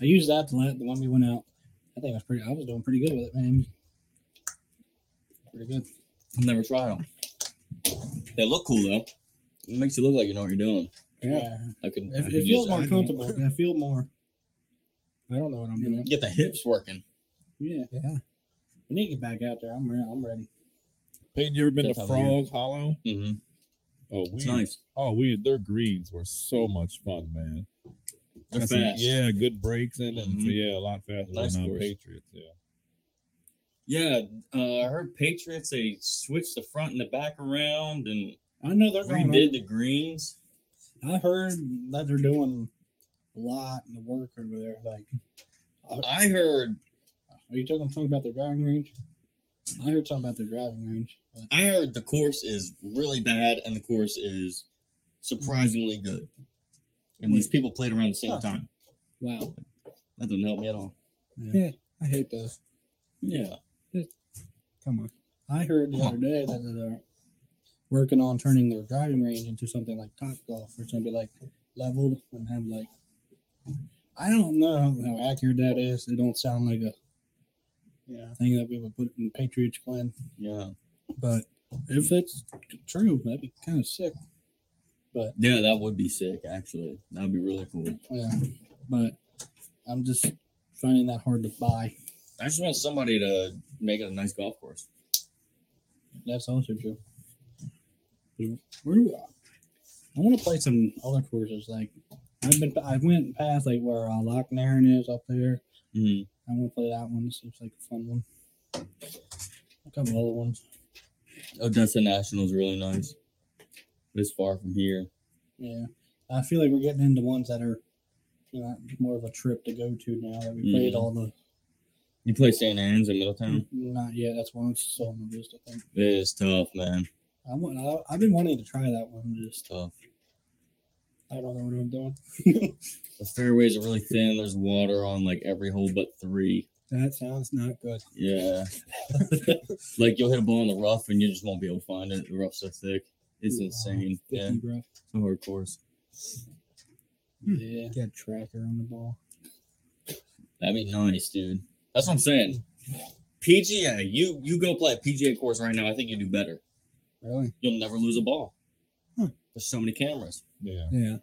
Speaker 1: I used that to let the one we went out. I think I was pretty. I was doing pretty good with it, man. Pretty good.
Speaker 2: I've never tried them. They look cool though. It makes you look like you know what you're doing.
Speaker 1: Yeah,
Speaker 2: I could. I
Speaker 1: it,
Speaker 2: could
Speaker 1: it
Speaker 2: use
Speaker 1: feels
Speaker 2: that.
Speaker 1: more comfortable. I feel more
Speaker 4: I don't know what I'm
Speaker 1: You know?
Speaker 4: doing.
Speaker 2: Get the hips working.
Speaker 1: Yeah,
Speaker 4: Yeah.
Speaker 1: we need to get back out there. I'm, re- I'm ready.
Speaker 3: Peyton, you ever been to
Speaker 2: That's how weird.
Speaker 3: Frog Hollow?
Speaker 2: Mm-hmm.
Speaker 3: Oh,
Speaker 2: It's
Speaker 3: we.
Speaker 2: nice.
Speaker 3: Oh, we. Their greens were so much fun, man.
Speaker 2: They're
Speaker 3: Got
Speaker 2: fast.
Speaker 3: some- yeah, good breaks in them. So
Speaker 2: Mhm.
Speaker 3: yeah, a lot faster
Speaker 2: Nice
Speaker 3: than our
Speaker 2: course.
Speaker 3: Patriots. Yeah.
Speaker 2: Yeah, uh, I heard Patriots they switched the front and the back around and
Speaker 1: I know they're going.
Speaker 2: redid the greens.
Speaker 1: I heard that they're doing a lot in the work over there. Like,
Speaker 2: I heard
Speaker 1: are you talking talking about their driving range? I heard something about their driving range. but
Speaker 2: I heard the course is really bad and the course is surprisingly good. And these people played around the same
Speaker 1: Huh.
Speaker 2: time.
Speaker 1: wow,
Speaker 2: That doesn't help me at all.
Speaker 4: I hate those.
Speaker 2: Yeah.
Speaker 4: Come on.
Speaker 1: I heard the other day that they're working on turning their driving range into something like top golf or something like leveled and have like. I don't know how accurate that is. It don't sound like a
Speaker 4: Yeah.
Speaker 1: thing that we would put in Patriots Glen,
Speaker 2: Yeah.
Speaker 1: but if it's true, that'd be kind of sick.
Speaker 2: Yeah, that would be sick, actually. That would be really cool.
Speaker 1: Yeah, but I'm just finding that hard to buy.
Speaker 2: I just want somebody to make it a nice golf course.
Speaker 1: That's also true. Where do I? I want to play some other courses. Like I've been, I went past like where uh, Loch Nairn is up there.
Speaker 2: Mm.
Speaker 1: I want to play that one. This seems like a fun one. A couple other ones.
Speaker 2: Odessa National's really nice. But it's far from here.
Speaker 1: Yeah, I feel like we're getting into ones that are you know, more of a trip to go to now that we played
Speaker 2: Mhm.
Speaker 1: all the.
Speaker 2: You play St. Anne's in Middletown?
Speaker 1: Not yet. That's one that's still on the list. I think
Speaker 2: It is tough, man.
Speaker 1: I want. I, I've been wanting to try that one. Just
Speaker 2: It's tough.
Speaker 1: I don't know what I'm doing.
Speaker 2: The fairways are really thin. There's water on like every hole but three.
Speaker 4: That sounds not good.
Speaker 2: Yeah. like you'll hit a ball in the rough and you just won't be able to find it. The rough's so thick. It's
Speaker 1: Wow.
Speaker 2: insane. Yeah.
Speaker 1: Sticky, bro.
Speaker 2: It's a hard course.
Speaker 1: Yeah,
Speaker 4: Get a tracker on the ball.
Speaker 2: That'd be nice, dude. That's what I'm saying. PGA, you you go play a PGA course right now. I think you do better.
Speaker 4: Really?
Speaker 2: You'll never lose a ball.
Speaker 4: Huh.
Speaker 2: There's so many cameras.
Speaker 3: Yeah.
Speaker 4: Yeah.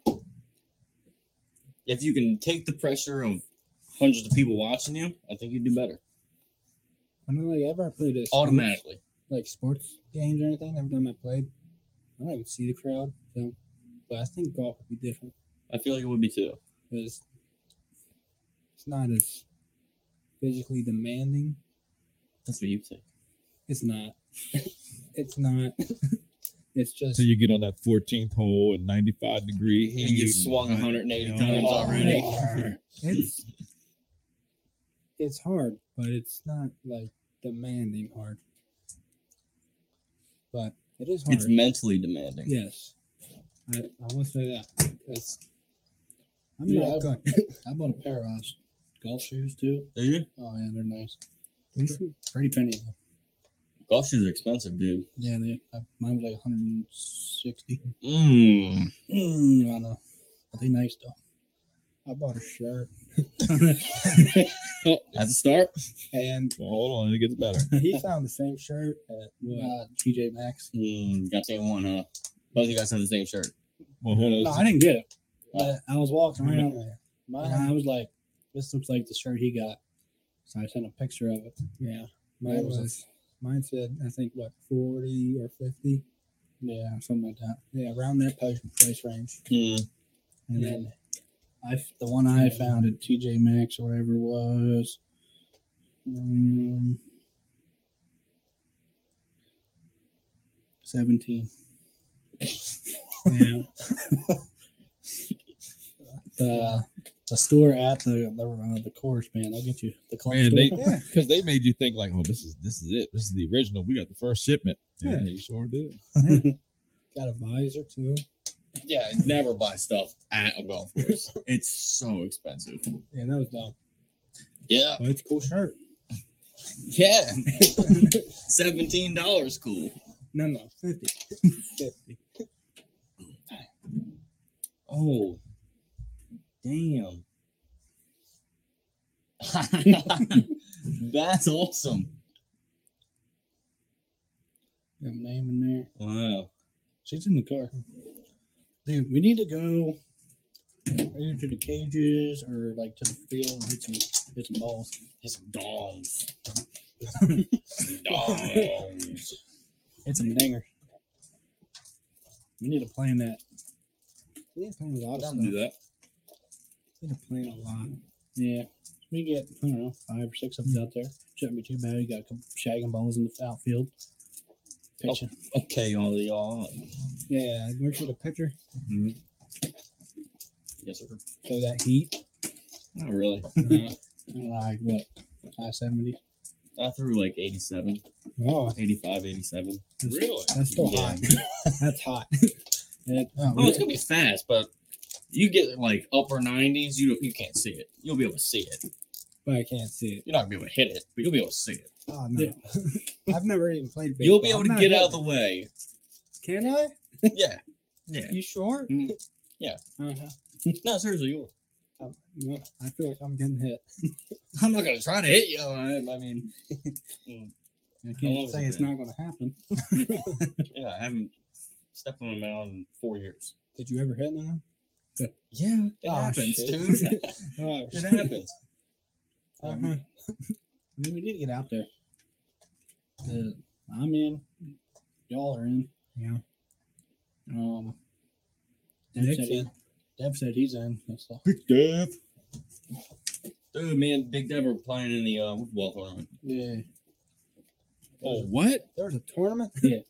Speaker 2: If you can take the pressure of hundreds of people watching you, I think you do better
Speaker 4: Whenever I ever played a
Speaker 2: automatically.
Speaker 4: like sports games or anything, every time I played, I don't even see the crowd. So, but I think golf would be different
Speaker 2: I feel like it would be too.
Speaker 4: because it's not as physically demanding.
Speaker 2: That's what you think.
Speaker 4: It's not. it's not. it's just
Speaker 3: So you get on that 14th hole at 95 degree
Speaker 2: And
Speaker 3: heat.
Speaker 2: you swung 180 times already.
Speaker 4: it's it's hard, but it's not like demanding hard. But it is hard.
Speaker 2: It's mentally demanding.
Speaker 4: yes, I, I will say that. It's,
Speaker 1: I'm
Speaker 4: I'm
Speaker 1: not
Speaker 4: not
Speaker 1: good.
Speaker 4: good.
Speaker 1: I bought a pair of those golf shoes too.
Speaker 2: Do you?
Speaker 1: Oh yeah, they're nice. Pretty penny. though.
Speaker 2: Golf shoes are expensive, dude.
Speaker 1: Yeah, they. I, mine was like 160.
Speaker 2: Mmm.
Speaker 4: Hmm,
Speaker 1: Mm, I know. But they nice though. I bought a shirt.
Speaker 2: At the start,
Speaker 4: And
Speaker 3: Well, hold on, it gets better.
Speaker 4: he found the same shirt at what?
Speaker 1: Uh, TJ Maxx.
Speaker 2: mm, got the same one, huh? Both of you guys have the same shirt.
Speaker 3: Well, hold
Speaker 1: No,
Speaker 3: on.
Speaker 1: I didn't get it. But I was walking around there, and
Speaker 4: Mine,
Speaker 1: I was like, "This looks like the shirt he got." So I sent a picture of it.
Speaker 4: yeah, mine
Speaker 1: was a-
Speaker 4: was. Mine said, I think what forty or fifty.
Speaker 1: Yeah, something like that.
Speaker 4: Yeah, around that price, price range.
Speaker 2: Mm.
Speaker 1: And then I, f- the one I found at TJ Maxx or whatever it was, um, seventeen.
Speaker 4: Yeah,
Speaker 1: The the store at the the, uh, the course, man. I'll get you the course.
Speaker 3: Man, they
Speaker 4: Yeah.
Speaker 3: because they made you think like, oh, this is this is it. This is the original. We got the first shipment. Yeah,
Speaker 4: Yeah.
Speaker 3: you sure did.
Speaker 4: got a visor too.
Speaker 2: Yeah, never buy stuff at a golf course. it's so expensive.
Speaker 4: Yeah, that was dumb.
Speaker 2: Yeah.
Speaker 4: But it's a cool shirt.
Speaker 2: Yeah. Seventeen dollars, cool.
Speaker 4: No, no, fifty. fifty.
Speaker 2: Oh, damn. That's awesome.
Speaker 1: Got my name in there.
Speaker 2: Wow.
Speaker 1: She's in the car. Dude, we need to go either to the cages or like to the field and hit some hit some balls.
Speaker 2: It's dogs. dogs.
Speaker 1: Hit some dingers. We need to plan that.
Speaker 4: We ain't playing a lot of
Speaker 2: Don't do
Speaker 4: stuff.
Speaker 2: that.
Speaker 4: We ain't playing a lot.
Speaker 1: Yeah. We get, I don't know, five or six of us out there. Shouldn't be too bad. You got a couple shagging balls in the outfield. Pitching.
Speaker 2: Okay, all y'all.
Speaker 4: Yeah, work with a pitcher.
Speaker 2: Mm-hmm. Yes, sir.
Speaker 4: So that heat.
Speaker 2: Not really.
Speaker 1: Like what? High 70s?
Speaker 2: I threw like 87,
Speaker 4: Oh,
Speaker 2: 85, 87.
Speaker 3: Really?
Speaker 4: that's still
Speaker 2: Yeah.
Speaker 4: hot. That's hot.
Speaker 1: Yeah.
Speaker 2: Oh, it's gonna be fast, but you get like upper 90s, you you can't see it. You'll be able to see it.
Speaker 4: But I can't see it.
Speaker 2: You're not gonna be able to hit it, but you'll be able to see it.
Speaker 4: Oh no. I've never even played baseball.
Speaker 2: You'll be able
Speaker 4: I'm
Speaker 2: to
Speaker 4: not
Speaker 2: get out of the
Speaker 4: good.
Speaker 2: way.
Speaker 4: Can I?
Speaker 2: Yeah. Yeah.
Speaker 4: You sure?
Speaker 1: Uh-huh.
Speaker 2: No, seriously, you.
Speaker 4: Um, no, I feel like I'm getting hit.
Speaker 2: I'm not gonna try to hit you. I, I mean,
Speaker 1: I
Speaker 2: How long
Speaker 1: can't
Speaker 2: is
Speaker 1: say
Speaker 2: it
Speaker 1: it's
Speaker 2: been?
Speaker 1: not going to happen.
Speaker 2: yeah, I haven't stepped on a mound in four years.
Speaker 4: Did you ever hit now?
Speaker 2: Yeah, it
Speaker 4: Oh,
Speaker 2: happens,
Speaker 4: shit.
Speaker 2: dude.
Speaker 4: Uh,
Speaker 2: it happens.
Speaker 4: Uh-huh.
Speaker 1: I mean, we need to get out there. Uh, I'm in. Y'all are in.
Speaker 4: Yeah.
Speaker 1: Um. Dev
Speaker 4: Nick's
Speaker 1: said, he,
Speaker 4: in.
Speaker 1: Dev said he's in. That's all.
Speaker 3: Big Dev.
Speaker 2: Dude, me and Big Dev were playing in the uh, Woodwall tournament.
Speaker 1: Yeah.
Speaker 3: Oh, what?
Speaker 4: There's a tournament.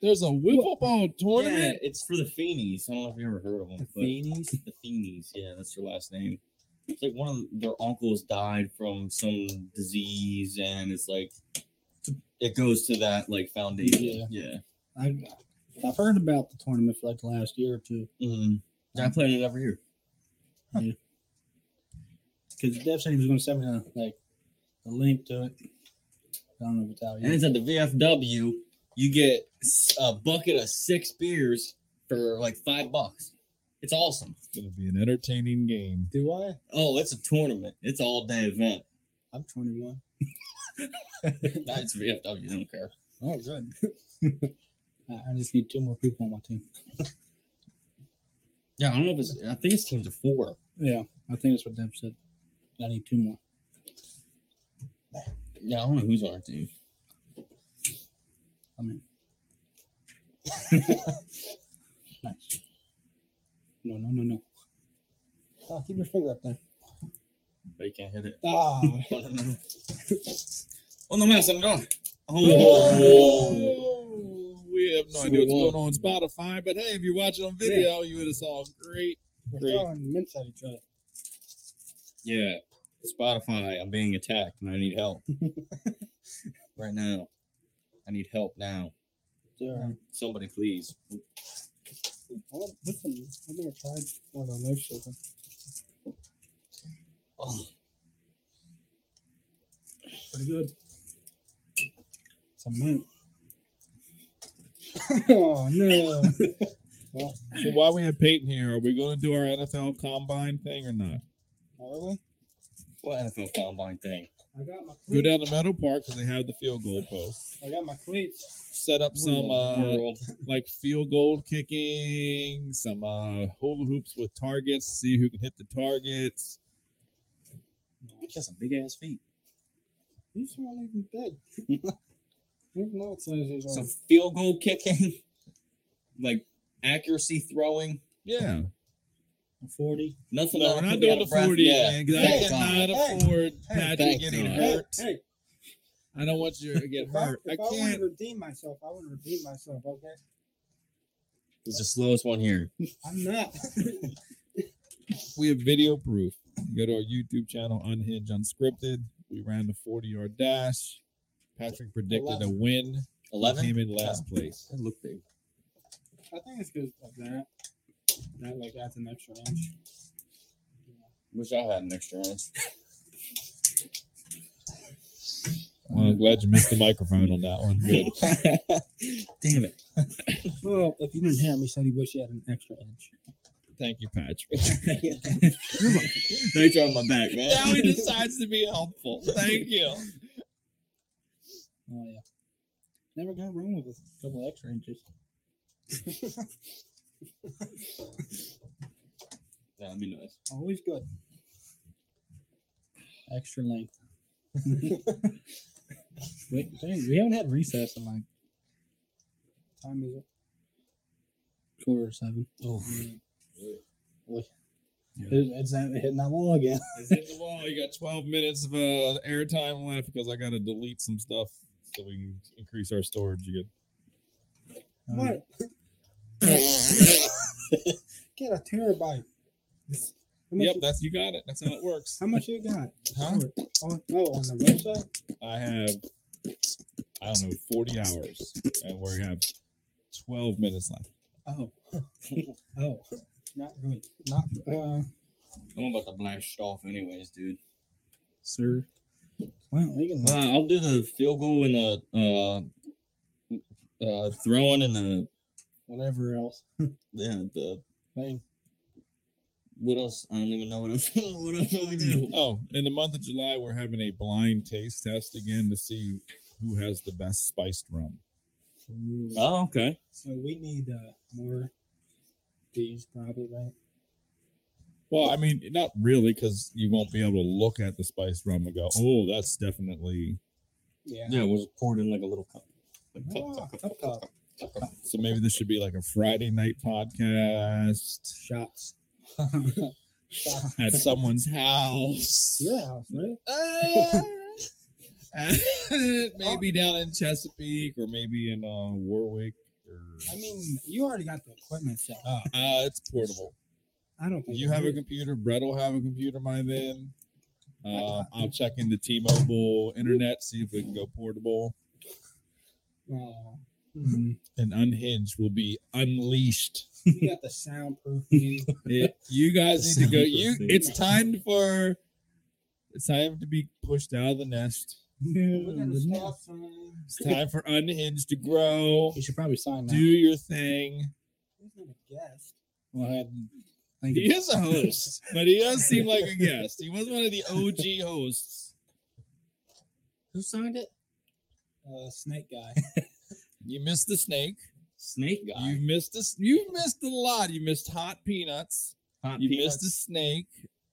Speaker 3: There's a whiffle ball
Speaker 2: Yeah,
Speaker 3: tournament?
Speaker 2: it's for the Feenies. I don't know if you ever heard of them. but-
Speaker 4: Phoenix.
Speaker 2: the Feenies. Yeah, that's their last name. It's like one of their uncles died from some disease, and it's like it goes to that like foundation. Yeah.
Speaker 1: I, I've heard about the tournament for like the last year or two.
Speaker 2: Mhm. I play in it every year.
Speaker 1: Because Dev said he was going to send me a, like a link to it. I don't know if it's out
Speaker 2: And
Speaker 1: yet.
Speaker 2: it's at the VFW. You get s- a bucket of six beers for like five bucks. It's awesome.
Speaker 3: It's going to be an entertaining game.
Speaker 4: Do I?
Speaker 2: Oh, it's a tournament. It's all day event.
Speaker 4: I'm 21.
Speaker 2: That's VFW. I don't care.
Speaker 4: Oh, good.
Speaker 1: I, I just need two more people on my team.
Speaker 2: Yeah, I don't know if it's. I think it's teams of four.
Speaker 1: Yeah, I think that's what Dev said. I need two more.
Speaker 2: Yeah, I don't know who's on our team.
Speaker 1: I mean, nice. No, no, no, no.
Speaker 4: Oh, keep your finger up there.
Speaker 2: But you can't hit it.
Speaker 4: Ah,
Speaker 2: Oh no, man, I'm gone.
Speaker 3: Oh, we have no
Speaker 2: So
Speaker 3: idea what's
Speaker 2: one.
Speaker 3: going on on Spotify, but hey, if you're watching on video, you would have saw a great,
Speaker 4: we're
Speaker 3: great
Speaker 4: throwing mints at each other.
Speaker 2: Yeah, Spotify, I'm being attacked and I need help right now. I need help now.
Speaker 4: Yeah.
Speaker 2: Somebody, please.
Speaker 4: I want, listen, I've never tried one of those life shows.
Speaker 2: Oh,
Speaker 1: Pretty good.
Speaker 4: It's a mint. oh no!
Speaker 3: So while we have Peyton here, are we going to do our NFL Combine thing or not?
Speaker 4: Are we?
Speaker 2: what NFL combine thing?
Speaker 4: I got my
Speaker 3: Go
Speaker 4: cleats.
Speaker 3: down to Meadow Park because they have the field goal post.
Speaker 4: I got my cleats.
Speaker 3: Set up some uh,
Speaker 2: World.
Speaker 3: like field goal kicking, some uh, hula hoops with targets. See who can hit the targets.
Speaker 2: You got some big ass feet.
Speaker 4: These aren't even big. I don't even know what size these
Speaker 2: So
Speaker 4: are.
Speaker 2: field goal kicking, like accuracy throwing,
Speaker 3: Yeah,
Speaker 1: 40.
Speaker 2: nothing.
Speaker 3: no,
Speaker 2: that
Speaker 3: we're
Speaker 2: could
Speaker 3: not
Speaker 2: be out
Speaker 3: doing the
Speaker 2: of breath.
Speaker 3: forty,
Speaker 2: Yeah.
Speaker 3: man, 'cause
Speaker 4: Hey,
Speaker 3: I cannot
Speaker 4: God.
Speaker 3: afford
Speaker 4: Hey,
Speaker 3: Patrick
Speaker 2: thank
Speaker 3: getting
Speaker 2: God.
Speaker 4: Hey,
Speaker 3: hurt.
Speaker 4: hey,
Speaker 3: I don't want you to get
Speaker 4: if I,
Speaker 3: hurt. I
Speaker 4: if I, want to
Speaker 3: can't.
Speaker 4: redeem myself, I want to redeem myself. Okay,
Speaker 2: He's the slowest one here.
Speaker 4: I'm not.
Speaker 3: We have video proof. Go to our YouTube channel, Unhinged Unscripted. We ran the 40 yard dash. Patrick predicted a win.
Speaker 2: Eleven.
Speaker 3: Came in last place.
Speaker 2: That looked big.
Speaker 4: I think it's good like that. Not like that's an extra inch.
Speaker 2: Wish I had an extra inch.
Speaker 3: Well, I'm glad you missed the microphone on that one. Good.
Speaker 2: Damn it.
Speaker 4: Well, if you didn't hear him, he said he wished he had an extra inch.
Speaker 3: Thank you, Patrick.
Speaker 2: Thanks for having my back, man.
Speaker 3: Now he decides to be helpful. Thank you.
Speaker 1: Oh, yeah. Never got wrong with a couple extra inches.
Speaker 2: Yeah, that'd be nice.
Speaker 1: Always good. Extra length. Wait, dang, we haven't had recess in like
Speaker 4: Time is it?
Speaker 1: quarter to seven.
Speaker 2: Oh,
Speaker 1: It- It's that, hitting that wall again.
Speaker 3: It's hit the wall. You got 12 minutes of uh, airtime left because I got to delete some stuff so we can increase our storage again.
Speaker 4: What? Get a terabyte. How much,
Speaker 3: Yep, that's you got it. That's how it works.
Speaker 4: how much you got?
Speaker 3: Huh?
Speaker 4: Oh, oh, on the website?
Speaker 3: I have, I don't know, 40 hours, and we have 12 minutes left.
Speaker 4: Oh. oh. Not good. Not uh
Speaker 2: I'm about to blast off, anyways, dude.
Speaker 1: Sir. Wow, we can
Speaker 2: Uh, I'll do the field goal and the uh, uh, throwing and the
Speaker 1: whatever else.
Speaker 2: yeah the
Speaker 1: Thing.
Speaker 2: what else? I don't even know what else. what else will we do?
Speaker 3: Oh, in the month of July, we're having a blind taste test again to see who has the best spiced rum.
Speaker 2: Oh, okay.
Speaker 4: so we need uh more bees probably, right?
Speaker 3: Well, I mean, not really, because you won't be able to look at the spiced rum and go, "Oh, that's definitely."
Speaker 4: Yeah.
Speaker 2: Yeah, it was poured in like a little cup.
Speaker 4: Ah, cup top.
Speaker 3: So maybe this should be like a Friday night podcast
Speaker 4: Shots.
Speaker 3: at someone's house.
Speaker 4: Your house, right?
Speaker 3: Uh, maybe down in Chesapeake or maybe in uh, Warwick. Or,
Speaker 4: I mean, you already got the equipment set up.
Speaker 3: uh, it's portable.
Speaker 4: I don't think
Speaker 3: You
Speaker 4: I
Speaker 3: have a
Speaker 4: do.
Speaker 3: computer. Brett will have a computer by then. Uh, I'll check into T-Mobile internet, see if we can go portable.
Speaker 4: Aw.
Speaker 3: And Unhinged will be unleashed.
Speaker 4: you got the soundproof. meeting.
Speaker 3: It- you guys need to go. You,
Speaker 2: Soundproof.
Speaker 3: it's time for. It's time to be pushed out of the nest.
Speaker 4: We're gonna stop sign.
Speaker 3: It's time for Unhinged to grow.
Speaker 1: You should probably sign
Speaker 3: Do
Speaker 1: that.
Speaker 3: your thing.
Speaker 4: He's not a guest.
Speaker 1: Well, I think
Speaker 3: He is a host, but he does seem like a guest. He was one of the OG hosts.
Speaker 2: Who signed it?
Speaker 4: Uh, snake guy.
Speaker 3: You missed the snake.
Speaker 2: Snake guy.
Speaker 3: You missed this. You missed a lot. You missed hot peanuts.
Speaker 2: Hot
Speaker 3: you
Speaker 2: peanuts.
Speaker 3: missed a snake.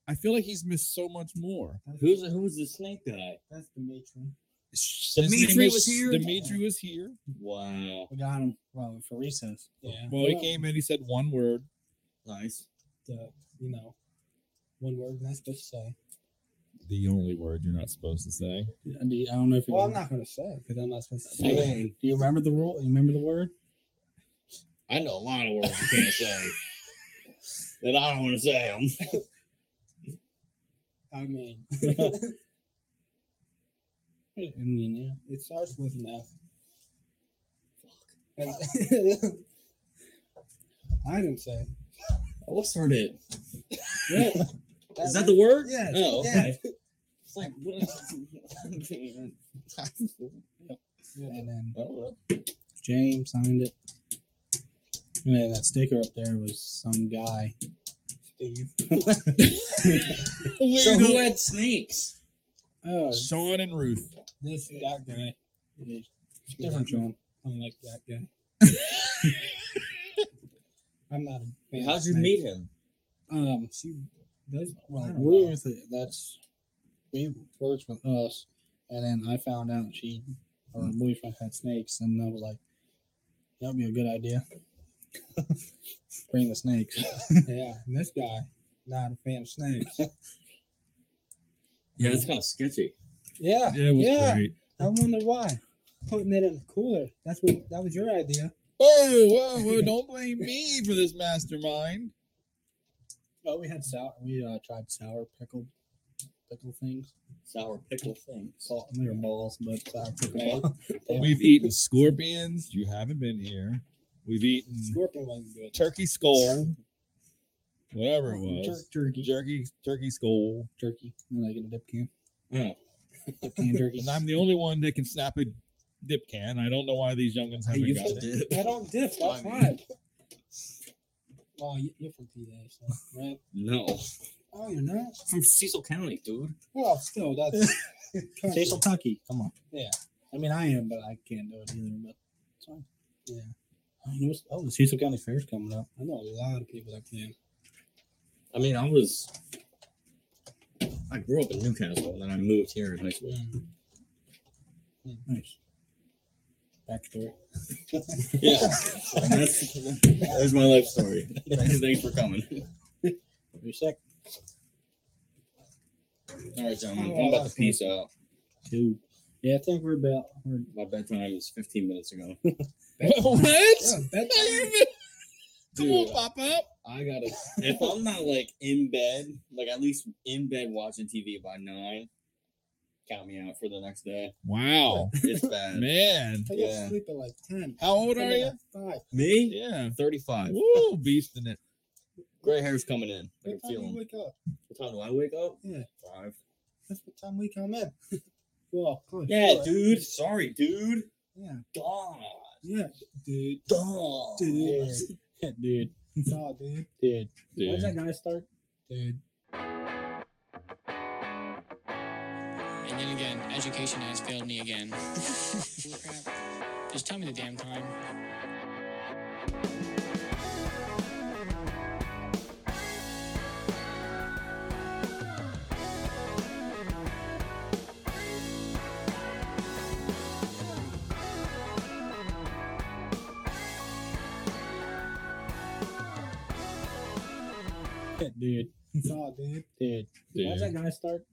Speaker 3: I feel like he's missed so much more.
Speaker 2: Who's who was the snake guy?
Speaker 4: That's Dimitri.
Speaker 3: His
Speaker 2: Dimitri
Speaker 3: name is-
Speaker 2: was here?
Speaker 3: Dimitri was here.
Speaker 2: Wow,
Speaker 1: we got him well, for recess.
Speaker 4: Yeah.
Speaker 3: Well, he came in. He said one word.
Speaker 2: nice.
Speaker 4: The, you know, one word you're not supposed to say.
Speaker 3: The only word you're not supposed to say.
Speaker 1: I do- I don't know if you
Speaker 4: Well, I'm not gonna say it because I'm not supposed to say it.
Speaker 2: Dang,
Speaker 1: Do you remember the rule? You remember the word?
Speaker 2: I know a lot of words you can't say that I don't want to say them.
Speaker 4: I mean,
Speaker 1: Indian, yeah.
Speaker 4: it starts with an F. And- I didn't say. it.
Speaker 2: What started?
Speaker 4: Yeah,
Speaker 2: Is that the word?
Speaker 4: Yes,
Speaker 2: Oh,
Speaker 4: yeah.
Speaker 2: okay. It's like what is- I
Speaker 1: And then
Speaker 2: don't know.
Speaker 1: James signed it. And then that sticker up there was some guy.
Speaker 4: Steve?
Speaker 2: So who had snakes?
Speaker 4: Oh,
Speaker 3: Uh, Sean and Ruth.
Speaker 4: this that guy.
Speaker 1: Different John.
Speaker 4: I don't like that guy. I'm not. A fan
Speaker 2: How'd
Speaker 4: of
Speaker 2: you
Speaker 4: snakes.
Speaker 2: meet him?
Speaker 1: Um,
Speaker 4: She does. Well,
Speaker 1: well,
Speaker 4: I don't know.
Speaker 1: Ruth, that's we works with us, and then I found out she or
Speaker 4: Mm-hmm.
Speaker 1: her boyfriend had snakes, and I was like, "That'd be a good idea." Bring the snakes.
Speaker 4: Yeah, and this guy, not a fan of snakes.
Speaker 2: Yeah, it's kind of sketchy.
Speaker 4: yeah,
Speaker 3: Yeah, it was
Speaker 4: Yeah.
Speaker 3: great.
Speaker 4: I wonder why. Putting it in the cooler. That's what. That was your idea.
Speaker 3: Whoa, whoa, whoa! Oh, Don't blame me for this mastermind.
Speaker 1: Oh, we had sour. We uh, tried sour pickle, pickle things.
Speaker 2: Sour pickle things.
Speaker 1: Salt. They were balls, but sour pickle.
Speaker 3: We've eaten scorpions. You haven't been here. We've eaten
Speaker 4: Scorpion wasn't good.
Speaker 3: turkey skull, whatever it was.
Speaker 1: Tur- turkey,
Speaker 3: Jerky, turkey skull.
Speaker 1: turkey, and like in a dip can.
Speaker 2: Oh.
Speaker 1: Dip can turkey.
Speaker 3: And I'm the only one that can snap a dip can. I don't know why these youngins
Speaker 2: I
Speaker 3: haven't
Speaker 2: used
Speaker 3: got
Speaker 2: to
Speaker 3: it.
Speaker 2: dip.
Speaker 4: I don't dip.
Speaker 2: Funny.
Speaker 4: That's why. Oh, you- you're from PA, so, right?
Speaker 2: No,
Speaker 4: Oh, you're not.
Speaker 2: from Cecil County, dude.
Speaker 4: Well, still, that's.
Speaker 1: Cecil Tucky. Come on.
Speaker 4: Yeah.
Speaker 1: I mean, I am, but I can't do it either. But it's fine.
Speaker 4: Yeah.
Speaker 1: I mean, what's, oh, the Cecil County Fair's coming up.
Speaker 4: I know a lot of people that can.
Speaker 2: I mean, I was. I grew up in Newcastle, and then I moved here in high school.
Speaker 1: Nice. Backstory.
Speaker 2: Yeah, that's that's my life story. Thanks for coming.
Speaker 1: Be sick.
Speaker 2: All right, gentlemen, I'm about to peace out.
Speaker 1: Two. Yeah, I think we're about. We're,
Speaker 2: My bedtime is 15 minutes ago. Oh,
Speaker 3: what?
Speaker 2: Come on,
Speaker 3: pop up.
Speaker 2: I gotta. If I'm not like in bed, like at least in bed watching TV by nine, count me out for the next day.
Speaker 3: Wow,
Speaker 2: It's bad.
Speaker 3: man.
Speaker 4: I
Speaker 2: Yeah.
Speaker 4: go sleep at like 10.
Speaker 3: How old
Speaker 4: I
Speaker 3: are
Speaker 4: get
Speaker 3: you?
Speaker 4: up at Five.
Speaker 2: Me?
Speaker 3: Yeah.
Speaker 2: 35.
Speaker 3: Woo, beasting it.
Speaker 2: Gray hair's coming in. I can
Speaker 4: What time do
Speaker 2: feel
Speaker 4: you
Speaker 2: them.
Speaker 4: wake up?
Speaker 2: What time do I wake up?
Speaker 4: Yeah.
Speaker 2: Five.
Speaker 4: That's what time we come in. well, good.
Speaker 2: Yeah,
Speaker 4: Good.
Speaker 2: dude. Sorry, dude.
Speaker 4: Yeah.
Speaker 2: God.
Speaker 4: Yeah, dude.
Speaker 2: God.
Speaker 4: Dude.
Speaker 1: dude.
Speaker 4: It's all, dude.
Speaker 1: Dude.
Speaker 3: Yeah.
Speaker 1: When's that guy start?
Speaker 4: Dude.
Speaker 6: And then again, education has failed me again. Just tell me the damn time.
Speaker 1: Dude.
Speaker 4: It's all, dude.
Speaker 1: Dude. When's that guy start?